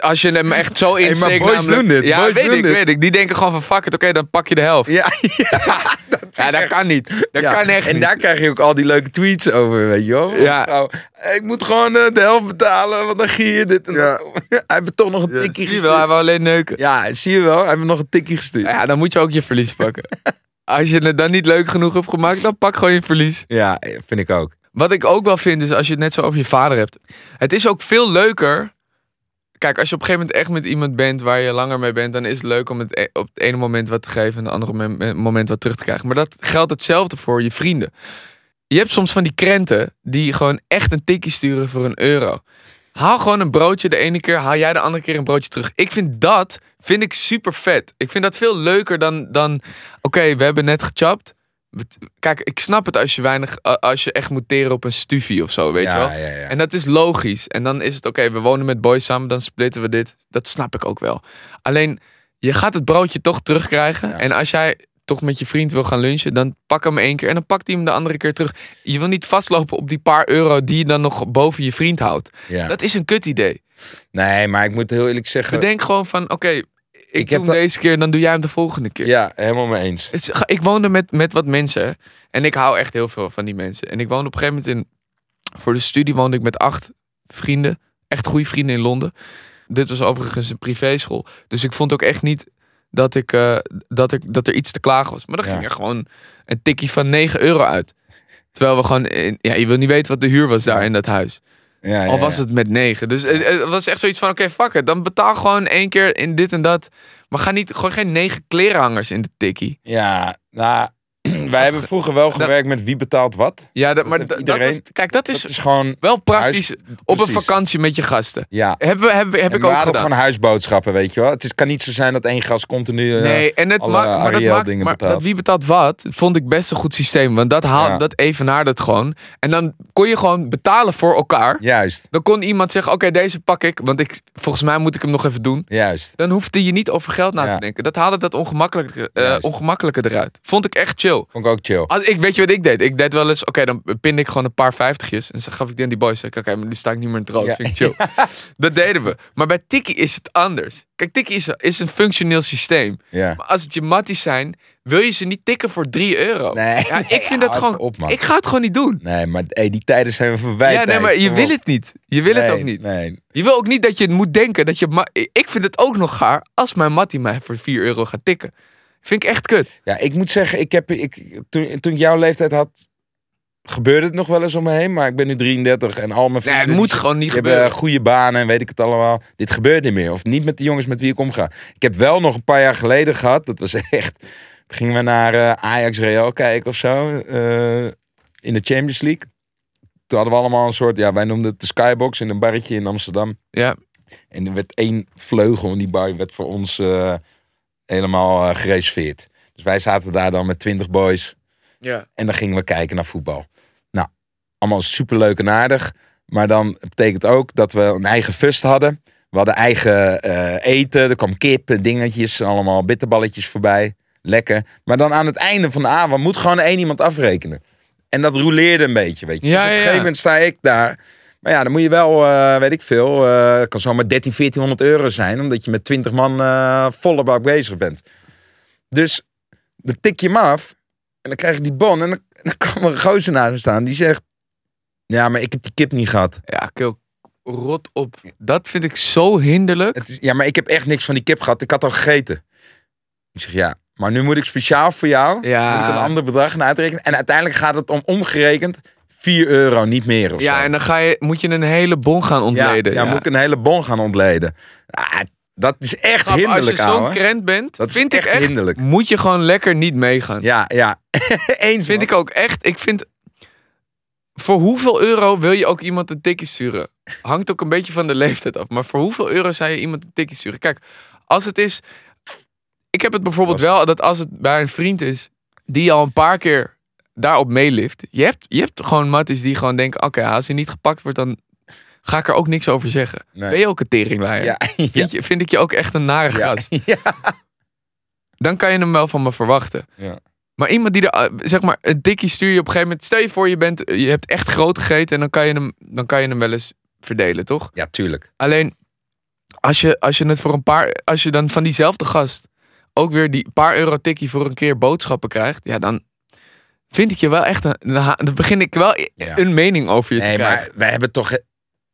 Speaker 4: Als je hem echt zo insteekt...
Speaker 5: boys
Speaker 4: namelijk-
Speaker 5: doen dit,
Speaker 4: Ja,
Speaker 5: boys
Speaker 4: weet
Speaker 5: doen
Speaker 4: ik,
Speaker 5: dit.
Speaker 4: weet ik. Die denken gewoon van fuck it, oké, dan pak je de helft. Ja,
Speaker 5: Ja,
Speaker 4: <laughs> dat, kan niet. Dat
Speaker 5: Ja,
Speaker 4: kan echt
Speaker 5: En
Speaker 4: niet.
Speaker 5: daar krijg je ook al die leuke tweets over, weet je wel.
Speaker 4: Ja.
Speaker 5: Nou, ik moet gewoon eh, de helft betalen, want dan gier je dit. En dat. <laughs> Hij heeft me toch nog een tikkie
Speaker 4: Zie je wel, hij
Speaker 5: gestuurd.
Speaker 4: wil alleen neuken.
Speaker 5: Ja, zie je wel, hij heeft me nog een tikkie gestuurd.
Speaker 4: Ja, dan moet je ook je verlies
Speaker 5: <laughs>
Speaker 4: pakken. Als je het dan niet leuk genoeg hebt gemaakt, dan pak gewoon je verlies.
Speaker 5: Ja, vind ik ook.
Speaker 4: Wat ik ook wel vind, is als je het net zo over je vader hebt. Het is ook veel leuker. Kijk, als je op een gegeven moment echt met iemand bent waar je langer mee bent, dan is het leuk om het e- op het ene moment wat te geven en het andere mem- moment wat terug te krijgen. Maar dat geldt hetzelfde voor je vrienden. Je hebt soms van die krenten die gewoon echt een tikkie sturen voor een euro. Haal gewoon een broodje de ene keer, haal jij de andere keer een broodje terug. Ik vind dat vind ik super vet. Ik vind dat veel leuker dan, dan oké, we hebben net gechapt. Bet- Kijk, ik snap het als je weinig, a- als je echt moet teren op een stufie of zo, weet
Speaker 5: ja,
Speaker 4: je wel.
Speaker 5: Ja, ja.
Speaker 4: En dat is logisch. En dan is het oké, we wonen met boys samen, dan splitten we dit. Dat snap ik ook wel. Alleen, je gaat het broodje toch terugkrijgen.
Speaker 5: Ja.
Speaker 4: En als jij toch met je vriend wil gaan lunchen, dan pak hem één keer en dan pakt hij hem de andere keer terug. Je wil niet vastlopen op die paar euro die je dan nog boven je vriend houdt.
Speaker 5: Ja.
Speaker 4: Dat is een kut idee.
Speaker 5: Nee, maar ik moet heel eerlijk zeggen.
Speaker 4: Bedenk gewoon van, oké, ik,
Speaker 5: Ik
Speaker 4: doe
Speaker 5: heb
Speaker 4: hem
Speaker 5: dat-
Speaker 4: deze keer, dan doe jij hem de volgende keer.
Speaker 5: Ja, helemaal mee eens.
Speaker 4: Het is- ga- Ik woonde met, met wat mensen. hè. En ik hou echt heel veel van die mensen. En ik woonde op een gegeven moment in... Voor de studie woonde ik met acht vrienden. Echt goede vrienden in Londen. Dit was overigens een privéschool. Dus ik vond ook echt niet dat, ik, eh, dat, ik, dat er iets te klagen was. Maar dan
Speaker 5: Ja.
Speaker 4: ging er gewoon een tikkie van 9 euro uit. Terwijl we gewoon... in- ja, je wil niet weten wat de huur was daar in dat huis.
Speaker 5: Ja, ja,
Speaker 4: Al was
Speaker 5: ja.
Speaker 4: het met 9. Dus het, het was echt zoiets van... Oké, fuck it. Dan betaal gewoon één keer in dit en dat. Maar ga niet... Gooi geen negen klerenhangers in de tikkie.
Speaker 5: Ja, nou, <clears throat> wij hebben vroeger wel gewerkt met wie betaalt wat.
Speaker 4: Ja, dat, maar
Speaker 5: heeft
Speaker 4: da- dat
Speaker 5: iedereen.
Speaker 4: was- kijk, dat is
Speaker 5: Het is gewoon.
Speaker 4: wel praktisch
Speaker 5: huis-
Speaker 4: op een
Speaker 5: precies.
Speaker 4: vakantie met je gasten.
Speaker 5: Ja.
Speaker 4: Hebben, we- hebben, heb
Speaker 5: En
Speaker 4: ik
Speaker 5: we
Speaker 4: ook
Speaker 5: hadden
Speaker 4: gedaan.
Speaker 5: gewoon huisboodschappen, weet je wel. Het is, kan niet zo zijn dat één gast continu. eh,
Speaker 4: Nee, en het
Speaker 5: alle
Speaker 4: maakt, maar dat
Speaker 5: Ariel
Speaker 4: maakt,
Speaker 5: dingen
Speaker 4: maar
Speaker 5: betaald.
Speaker 4: dat wie betaalt wat, vond ik best een goed systeem. Want dat, haal,
Speaker 5: Ja.
Speaker 4: dat evenaarde het gewoon. En dan kon je gewoon betalen voor elkaar.
Speaker 5: Juist,
Speaker 4: Dan kon iemand zeggen, oké, deze pak ik, want ik, volgens mij moet ik hem nog even doen.
Speaker 5: juist.
Speaker 4: Dan hoefde je niet over geld na
Speaker 5: Ja.
Speaker 4: te denken. Dat haalde dat ongemakkelijke, eh,
Speaker 5: Juist.
Speaker 4: ongemakkelijke eruit. Vond ik echt chill.
Speaker 5: Vond ik ook chill.
Speaker 4: Als ik, weet je wat ik deed? Ik deed wel eens, oké, dan pinde ik gewoon een paar vijftigjes. En dan gaf ik die aan die boys. Zeg ik, Oké, maar die sta ik niet meer in het rood.
Speaker 5: <laughs> Ja.
Speaker 4: Vind ik chill. Dat deden we. Maar bij Tiki is het anders. Kijk, Tiki is, is een functioneel systeem.
Speaker 5: Ja.
Speaker 4: Maar als het je matties zijn, wil je ze niet tikken voor 3 euro.
Speaker 5: Nee.
Speaker 4: Oh. Ja, ik vind dat
Speaker 5: <laughs> Ja,
Speaker 4: gewoon...
Speaker 5: op, man.
Speaker 4: ik ga het gewoon niet doen.
Speaker 5: Nee, maar hey, die tijden zijn we voorbij.
Speaker 4: ja, nee,
Speaker 5: Thijs.
Speaker 4: maar je
Speaker 5: Kom
Speaker 4: wil
Speaker 5: op.
Speaker 4: het niet. Je wil het
Speaker 5: Nee,
Speaker 4: ook niet.
Speaker 5: Nee.
Speaker 4: Je wil ook niet dat je het moet denken. Dat je ma- ik vind het ook nog gaar als mijn mattie mij voor 4 euro gaat tikken. Vind ik echt kut.
Speaker 5: Ja, ik moet zeggen, ik heb, ik, toen, toen ik jouw leeftijd had, gebeurde het nog wel eens om me heen. Maar ik ben nu 33 en al mijn
Speaker 4: Nee,
Speaker 5: vrienden...
Speaker 4: het moet
Speaker 5: die-
Speaker 4: gewoon niet
Speaker 5: Die hebben
Speaker 4: gebeuren.
Speaker 5: eh, goede banen en weet ik het allemaal. Dit gebeurt niet meer. Of niet met de jongens met wie ik omga. Ik heb wel nog een paar jaar geleden gehad. Dat was <laughs> echt... Toen gingen we naar eh, Ajax Real kijken of zo. eh, in de Champions League. Toen hadden we allemaal een soort... Ja, wij noemden het de Skybox in een barretje in Amsterdam.
Speaker 4: Ja.
Speaker 5: En er werd één vleugel in die bar werd voor ons eh, helemaal eh, gereserveerd. Dus wij zaten daar dan met twintig boys.
Speaker 4: Ja.
Speaker 5: En dan gingen we kijken naar voetbal. Nou, allemaal superleuk en aardig. Maar dan betekent ook dat we een eigen fust hadden. We hadden eigen eh, eten. Er kwam kip, en dingetjes, allemaal bitterballetjes voorbij. Lekker. Maar dan aan het einde van de avond moet gewoon één iemand afrekenen. En dat rouleerde een beetje, weet je.
Speaker 4: Ja,
Speaker 5: dus op een
Speaker 4: ja, ja.
Speaker 5: gegeven moment sta ik daar. Maar ja, dan moet je wel, eh, weet ik veel, eh kan zomaar 13, 1400 euro zijn. Omdat je met 20 man eh, volle bak bezig bent. Dus dan tik je hem af. En dan krijg ik die bon. En dan, dan kwam er een gozer naast me staan. Die zegt, ja, maar ik heb die kip niet gehad.
Speaker 4: Ja, keel, rot op. Dat vind ik zo hinderlijk.
Speaker 5: Het is, ja, maar ik heb echt niks van die kip gehad. Ik had al gegeten. Ik zeg, ja, maar nu moet ik speciaal voor jou
Speaker 4: Ja.
Speaker 5: moet ik een ander bedrag gaan uitrekenen. En uiteindelijk gaat het om omgerekend 4 euro, niet meer. Of zo.
Speaker 4: Ja, en dan ga je, moet je een hele bon gaan
Speaker 5: ja,
Speaker 4: ontleden.
Speaker 5: ja, moet ik een hele bon gaan ontleden. Ah, dat is echt
Speaker 4: Grap, als je
Speaker 5: hinderlijk,
Speaker 4: zo'n
Speaker 5: ouwe.
Speaker 4: krent bent,
Speaker 5: Dat is
Speaker 4: vind ik
Speaker 5: echt
Speaker 4: echt,
Speaker 5: hinderlijk.
Speaker 4: moet je gewoon lekker niet meegaan.
Speaker 5: Ja, ja. <laughs> Eens,
Speaker 4: Vind ik ook echt. Ik vind, voor hoeveel euro wil je ook iemand een tikkie sturen? Hangt ook een beetje van de leeftijd af. Maar voor hoeveel euro zou je iemand een tikkie sturen? Kijk, als het is... Ik heb het bijvoorbeeld
Speaker 5: Was-
Speaker 4: wel dat als het bij een vriend is... die je al een paar keer daarop meelift... Je hebt, je hebt gewoon matties die gewoon denken... oké, als hij niet gepakt wordt, dan ga ik er ook niks over zeggen.
Speaker 5: Nee.
Speaker 4: Ben je ook een teringlaaier?
Speaker 5: Ja, ja, <laughs>
Speaker 4: Vind, je, vind ik je ook echt een nare
Speaker 5: ja,
Speaker 4: gast?
Speaker 5: ja.
Speaker 4: Dan kan je hem wel van me verwachten.
Speaker 5: Ja.
Speaker 4: Maar iemand die er, eh, zeg maar, een dikkie stuur je op een gegeven moment. Stel je voor, je, bent, je hebt echt groot gegeten en dan kan je hem, dan kan je hem wel eens verdelen, toch?
Speaker 5: Ja, tuurlijk.
Speaker 4: Alleen, als je, als je het voor een paar, als je dan van diezelfde gast ook weer die paar euro tikkie voor een keer boodschappen krijgt, ja, dan vind ik je wel echt een, dan begin ik wel i-
Speaker 5: Ja.
Speaker 4: een mening over je te
Speaker 5: Nee,
Speaker 4: krijgen.
Speaker 5: maar wij hebben toch, wij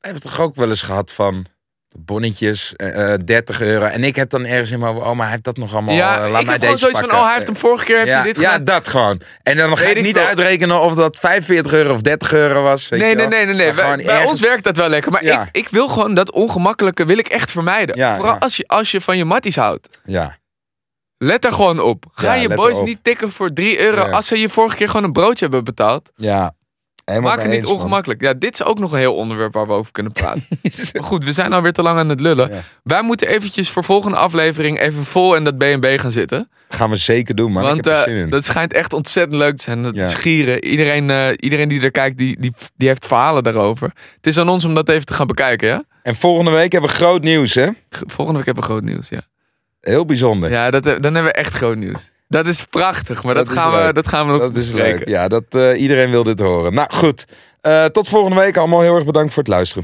Speaker 5: hebben toch ook wel eens gehad van de bonnetjes, eh, eh, 30 euro. En ik heb dan ergens in mijn hoofd, oh, maar hij heeft dat nog allemaal. eh,
Speaker 4: ja,
Speaker 5: laat
Speaker 4: ik
Speaker 5: mij
Speaker 4: heb
Speaker 5: deze
Speaker 4: gewoon zoiets
Speaker 5: pakken.
Speaker 4: van, oh, hij heeft hem vorige keer heeft
Speaker 5: ja,
Speaker 4: hij dit
Speaker 5: ja,
Speaker 4: gedaan.
Speaker 5: dat gewoon. En dan ga
Speaker 4: Weet
Speaker 5: ik
Speaker 4: ik
Speaker 5: niet
Speaker 4: wel.
Speaker 5: uitrekenen of dat 45 euro of 30 euro was. Weet
Speaker 4: Nee,
Speaker 5: je
Speaker 4: nee,
Speaker 5: wel.
Speaker 4: nee, nee, nee.
Speaker 5: Maar
Speaker 4: Wij-
Speaker 5: gewoon
Speaker 4: bij
Speaker 5: ergens-
Speaker 4: ons werkt dat wel lekker. Maar
Speaker 5: Ja.
Speaker 4: ik, ik wil gewoon dat ongemakkelijke wil ik echt vermijden.
Speaker 5: Ja,
Speaker 4: Vooral
Speaker 5: ja.
Speaker 4: Als, je, als je van je matties houdt.
Speaker 5: Ja,
Speaker 4: Let er gewoon op. Ga
Speaker 5: Ja,
Speaker 4: je
Speaker 5: let
Speaker 4: boys
Speaker 5: erop.
Speaker 4: niet tikken voor 3 euro
Speaker 5: Ja.
Speaker 4: als ze je vorige keer gewoon een broodje hebben betaald.
Speaker 5: ja. Helemaal
Speaker 4: Maak het
Speaker 5: mee
Speaker 4: niet
Speaker 5: eens, man.
Speaker 4: ongemakkelijk. Ja, dit is ook nog een heel onderwerp waar we over kunnen
Speaker 5: <laughs>
Speaker 4: praten. maar goed, we zijn alweer te lang aan het lullen.
Speaker 5: Ja.
Speaker 4: Wij moeten eventjes voor volgende aflevering even vol in dat B&B gaan zitten.
Speaker 5: Gaan we zeker doen, man. ik
Speaker 4: Want
Speaker 5: heb er
Speaker 4: eh,
Speaker 5: zin in.
Speaker 4: dat schijnt echt ontzettend leuk te zijn. Dat
Speaker 5: Ja.
Speaker 4: schieren. Iedereen, eh, iedereen die er kijkt, die, die, die heeft verhalen daarover. Het is aan ons om dat even te gaan bekijken, ja?
Speaker 5: En volgende week hebben we groot nieuws, hè?
Speaker 4: G- Volgende week hebben we groot nieuws, ja.
Speaker 5: Heel bijzonder.
Speaker 4: Ja, dat, eh, dan hebben we echt groot nieuws. Dat is prachtig, maar dat,
Speaker 5: Dat is
Speaker 4: gaan, we,
Speaker 5: leuk.
Speaker 4: dat gaan we nog
Speaker 5: Dat is
Speaker 4: bespreken.
Speaker 5: leuk. Ja, dat, eh, iedereen wil dit horen. Nou, goed. Eh, tot volgende week. Allemaal heel erg bedankt voor het luisteren.